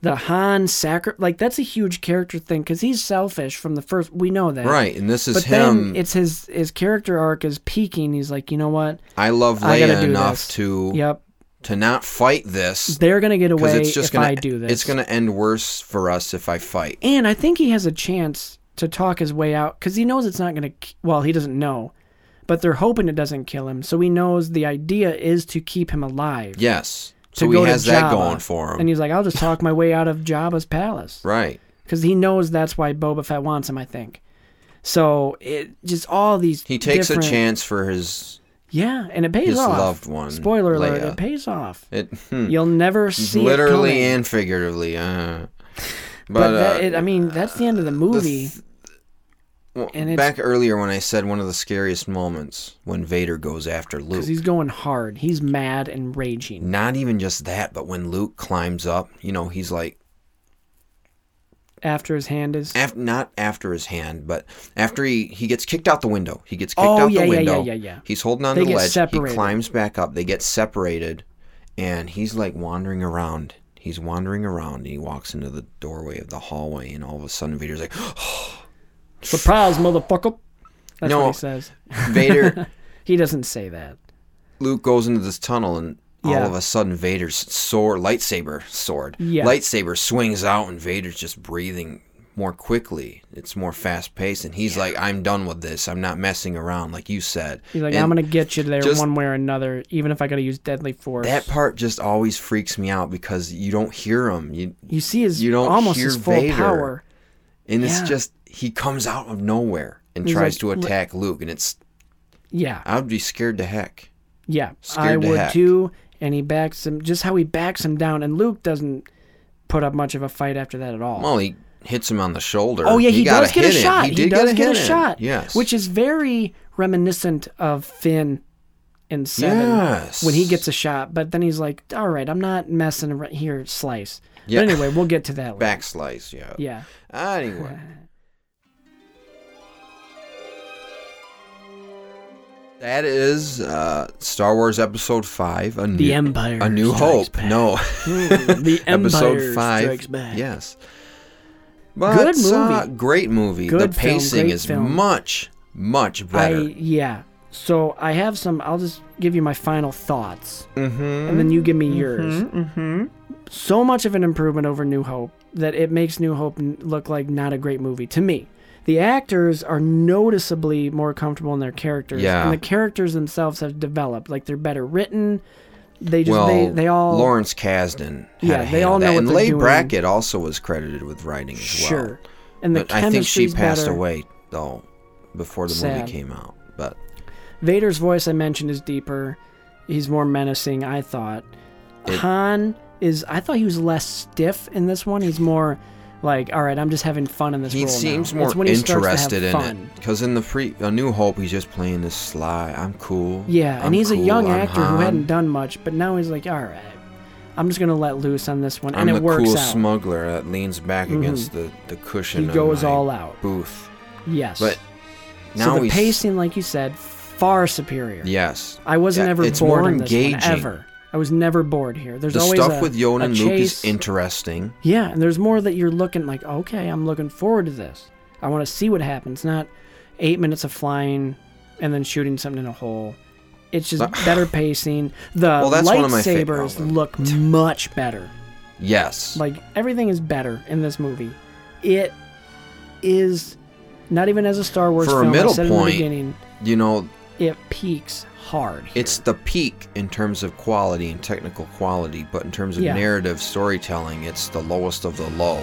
A: The Han sacri like that's a huge character thing because he's selfish from the first. We know that,
B: right, and this is
A: But
B: him.
A: then it's his his character arc is peaking. He's like, you know what?
B: I love
A: I gotta
B: Leia
A: do
B: enough
A: this.
B: to
A: Yep,
B: to not fight this
A: they're gonna get
B: because
A: away
B: it's just
A: if
B: gonna
A: I do this.
B: it's gonna end worse for us if I fight.
A: And I think he has a chance to talk his way out because he knows it's not going to. Well, he doesn't know, but they're hoping it doesn't kill him. So he knows the idea is to keep him alive.
B: Yes,
A: to
B: so
A: go
B: he
A: to
B: has that
A: Jabba.
B: going for him.
A: And he's like, I'll just talk my way out of Jabba's palace
B: right.
A: because he knows that's why Boba Fett wants him. I think. So it just all these.
B: He takes
A: different-
B: a chance for his
A: Yeah, and it pays
B: his
A: off.
B: loved one,
A: Spoiler alert!
B: Leia.
A: It pays off.
B: it hmm,
A: You'll never see it
B: literally
A: coming.
B: and figuratively. Uh, but
A: But that,
B: uh,
A: it, I mean, that's the end of the movie.
B: well,
A: and it's-
B: back earlier when I said one of the scariest moments when Vader goes after Luke.
A: Because he's going hard. He's mad and raging.
B: Not even just that, but when Luke climbs up, you know, he's like
A: After his hand is
B: af- not after his hand, but after he he gets kicked out the window. He gets kicked
A: Oh,
B: out
A: yeah, yeah,
B: the
A: yeah,
B: window.
A: yeah, yeah.
B: He's holding on
A: They
B: to the
A: get
B: ledge.
A: separated.
B: He climbs back up. They get separated, and he's like wandering around. He's wandering around, and he walks into the doorway of the hallway, and all of a sudden, Vader's like,
A: Surprise, motherfucker. That's
B: No.
A: what he says.
B: Vader.
A: He doesn't say that.
B: Luke goes into this tunnel and
A: Yeah.
B: all of a sudden Vader's sword lightsaber sword
A: Yeah.
B: lightsaber swings out and Vader's just breathing more quickly. It's more fast paced and he's like I'm done with this. I'm not messing around like you said.
A: He's like,
B: And
A: I'm going to get you there
B: just-
A: one way or another, even if I got to use deadly force.
B: that part just always freaks me out because you don't hear him. You
A: you see his
B: you don't
A: almost
B: hear
A: his full
B: Vader.
A: power.
B: and
A: Yeah.
B: it's just he comes out of nowhere and
A: He's
B: tries
A: like,
B: to
A: "Look-"
B: attack Luke, and it's
A: Yeah,
B: I'd be scared to heck.
A: yeah. I
B: Scared to
A: would
B: heck.
A: too. And he backs him, just how he backs him down. And Luke doesn't put up much of a fight after that at all.
B: Well, he hits him on the shoulder.
A: Oh yeah, he,
B: got
A: does get a
B: hit in.
A: shot.
B: He,
A: He,
B: did
A: does
B: get a,
A: get a
B: hit in.
A: shot.
B: Yes,
A: which is very reminiscent of Finn in Seven
B: Yes.
A: when he gets a shot. But then he's like, "All right, I'm not messing around here, slice."
B: Yeah.
A: But anyway, we'll get to that. Later.
B: back slice. Yeah.
A: Yeah.
B: Anyway. That is uh, Star Wars Episode Five, a
A: The
B: new,
A: Empire.
B: a new
A: Strikes
B: hope.
A: Back.
B: No,
A: the Empire
B: Episode Five.
A: Strikes Back.
B: Yes, but
A: Good
B: uh,
A: movie.
B: great movie.
A: Good
B: the
A: film,
B: pacing
A: great
B: is
A: film.
B: much, much
A: I
B: better.
A: yeah. So I have some. I'll just give you my final thoughts, mm-hmm. and then you give me yours. Mm-hmm. So much of an improvement over New Hope that it makes New Hope n- look like not a great movie to me. The actors are noticeably more comfortable in their characters,
B: Yeah.
A: and the characters themselves have developed. Like they're better written. They just
B: well,
A: they, they all
B: Lawrence Kasdan. Had
A: Yeah,
B: a
A: they
B: handle
A: all know
B: that.
A: what
B: and
A: they're
B: Leigh
A: doing.
B: Brackett also was credited with writing as well.
A: sure, and the
B: But I think she
A: chemistry's
B: passed
A: better.
B: away though before the
A: Sad.
B: movie came out. But
A: Vader's voice I mentioned is deeper. He's more menacing, I thought.
B: It-
A: Han is I thought he was less stiff in this one. He's more like, all right, I'm just having fun in this
B: he
A: role
B: seems
A: now."
B: more
A: It's when he starts to have
B: interested in
A: fun.
B: it because in the free A New Hope, he's just playing this sly. I'm cool.
A: Yeah,
B: I'm
A: and he's a
B: cool,
A: young
B: I'm
A: actor who
B: Han,
A: hadn't done much, but now he's like, all right, I'm just gonna let loose on this one,
B: I'm
A: and
B: the
A: it works
B: cool
A: out. Mm-hmm.
B: smuggler that leans back against the the cushion.
A: He
B: of
A: goes
B: my
A: all out.
B: Booth,
A: Yes,
B: but now
A: so the
B: he's
A: pacing, like you said, far superior.
B: yes.
A: I wasn't
B: Yeah,
A: ever
B: it's
A: bored
B: more
A: in this one,
B: engaging.
A: ever. I was never bored here. There's
B: The
A: always a-
B: stuff with Yoda
A: a
B: and Luke is
A: chase.
B: interesting.
A: Yeah, and there's more that you're looking like, okay, I'm looking forward to this. I want to see what happens, not eight minutes of flying and then shooting something in a hole. It's just better pacing. The
B: that's one of my fa-
A: lightsabers
B: oh,
A: look much better.
B: Yes,
A: Like everything is better in this movie. It is not even as a Star Wars
B: For a
A: film.
B: middle
A: I said
B: point-
A: in the beginning,
B: you know
A: it peaks hard. here.
B: it's the peak in terms of quality and technical quality, but in terms of
A: Yeah.
B: narrative storytelling, it's the lowest of the low.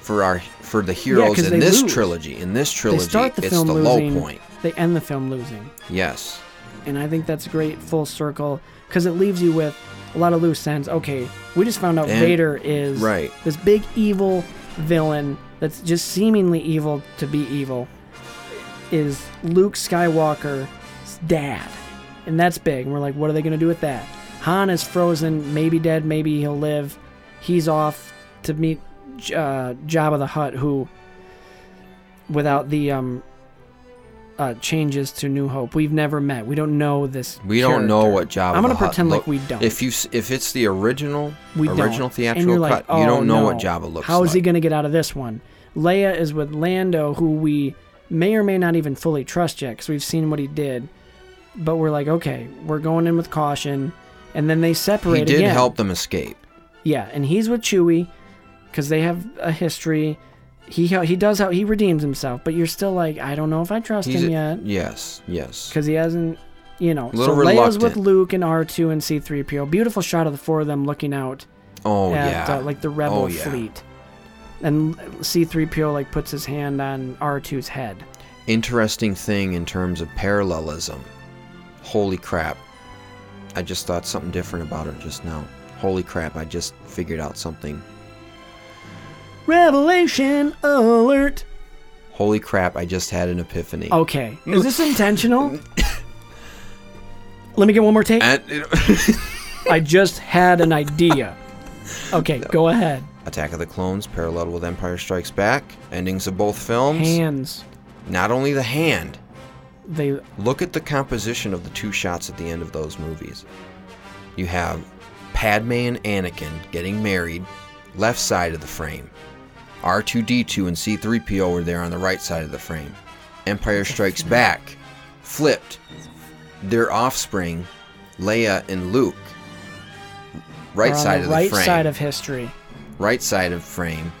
B: For our for the heroes
A: 'cause
B: in
A: they
B: this
A: lose.
B: trilogy, in this
A: they
B: trilogy,
A: start the
B: it's
A: film
B: the
A: losing.
B: low point.
A: They end the film losing.
B: Yes,
A: and I think that's great full circle because it leaves you with a lot of loose ends. Okay, we just found out
B: And-
A: Vader is
B: right.
A: this big evil villain that's just seemingly evil to be evil is Luke Skywalker's dad, and that's big. And we're like, what are they gonna do with that? Han is frozen, maybe dead, maybe he'll live. He's off to meet J- uh, Jabba the Hutt, who, without the um, uh, changes to New Hope, we've never met. We don't know this.
B: we don't know
A: character.
B: what Jabba.
A: I'm gonna
B: the Hutt
A: pretend like
B: look-
A: we don't.
B: If you s- if it's the original
A: we don't.
B: original
A: And you're
B: theatrical
A: like,
B: cut, you
A: "Oh,
B: don't know what
A: no.
B: Jabba looks
A: How
B: like.
A: is he going to get out of this one? Leia is with Lando, who we may or may not even fully trust yet, because we've seen what he did. But we're like, okay, we're going in with caution, and then they separate.
B: He did
A: again.
B: help them escape.
A: Yeah, and he's with Chewie, because they have a history. He he does how he redeems himself, but you're still like, I don't know if I trust
B: He's
A: him
B: a-
A: yet,
B: Yes, yes.
A: because he hasn't. You know,
B: Little
A: so Leia's with
B: reluctant.
A: Luke and R2 and C3PO. Beautiful shot of the four of them looking out
B: Oh
A: at
B: yeah.
A: uh, like the rebel
B: Oh, yeah.
A: fleet. And C3PO like puts his hand on R2's head.
B: interesting thing in terms of parallelism. Holy crap. I just thought something different about it just now. Holy crap, I just figured out something.
A: Revelation alert.
B: Holy crap, I just had an epiphany.
A: Okay. Is this intentional? Let me get one more take.
B: And
A: I just had an idea. Okay, go ahead.
B: Attack of the Clones paralleled with Empire Strikes Back, endings of both films.
A: Hands.
B: Not only the hand,
A: They
B: look at the composition of the two shots at the end of those movies. You have Padme and Anakin getting married, left side of the frame. R2D2 and C3PO were there on the right side of the frame. Empire Strikes Back, flipped. Their offspring, Leia and Luke,
A: are
B: right
A: on
B: side
A: the
B: of the
A: right
B: frame.
A: side of history.
B: right side of frame.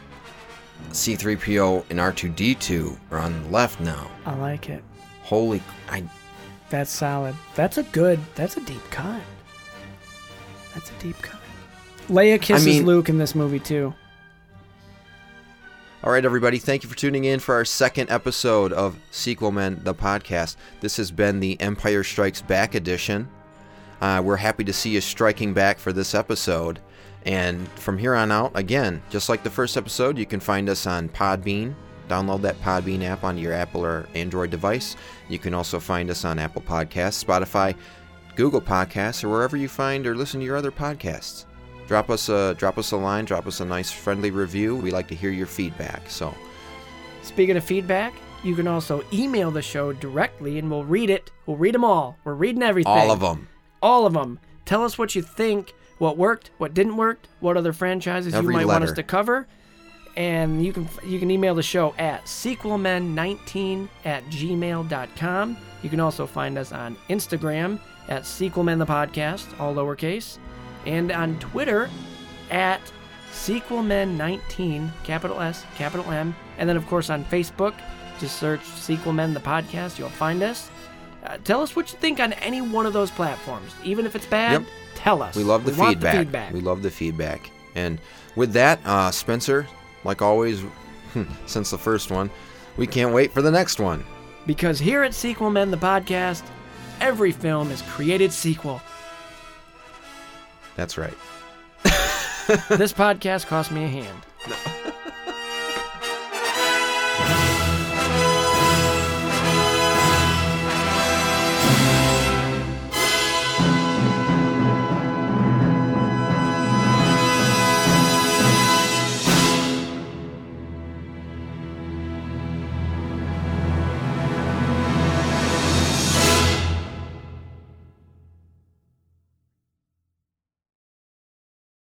B: C3PO and R2D2 are on the left now.
A: I like it.
B: Holy, I
A: That's solid. That's a good. That's a deep cut. That's a deep cut. Leia kisses
B: mean-
A: Luke in this movie too.
B: All right, everybody, thank you for tuning in for our second episode of Sequel Men, the podcast. This has been the Empire Strikes Back edition. Uh, we're happy to see you striking back for this episode. And from here on out, again, just like the first episode, you can find us on Podbean. Download that Podbean app onto your Apple or Android device. You can also find us on Apple Podcasts, Spotify, Google Podcasts, or wherever you find or listen to your other podcasts. Drop us a drop us a line, drop us a nice friendly review. We like to hear your feedback. So
A: Speaking of feedback, you can also email the show directly and we'll read it. We'll read them all. We're reading everything.
B: all of them,
A: All of them. Tell us what you think, what worked, what didn't work, what other franchises
B: Every
A: you might want us
B: letter.
A: to cover. And you can you can email the show at sequelmen19 at gmail.com. You can also find us on Instagram at sequelmen the podcast, all lowercase, and on Twitter at sequelmen19, capital S, capital M, and then of course on Facebook, just search sequelmen the podcast. You'll find us. Uh, tell us what you think on any one of those platforms, even if it's bad.
B: Yep.
A: Tell us.
B: we love the,
A: want
B: feedback.
A: the feedback.
B: We love the feedback. And with that, uh, Spencer, like always, since the first one, we can't wait for the next one.
A: Because here at Sequel Men, the podcast, every film is created sequel.
B: That's right.
A: this podcast cost me a hand.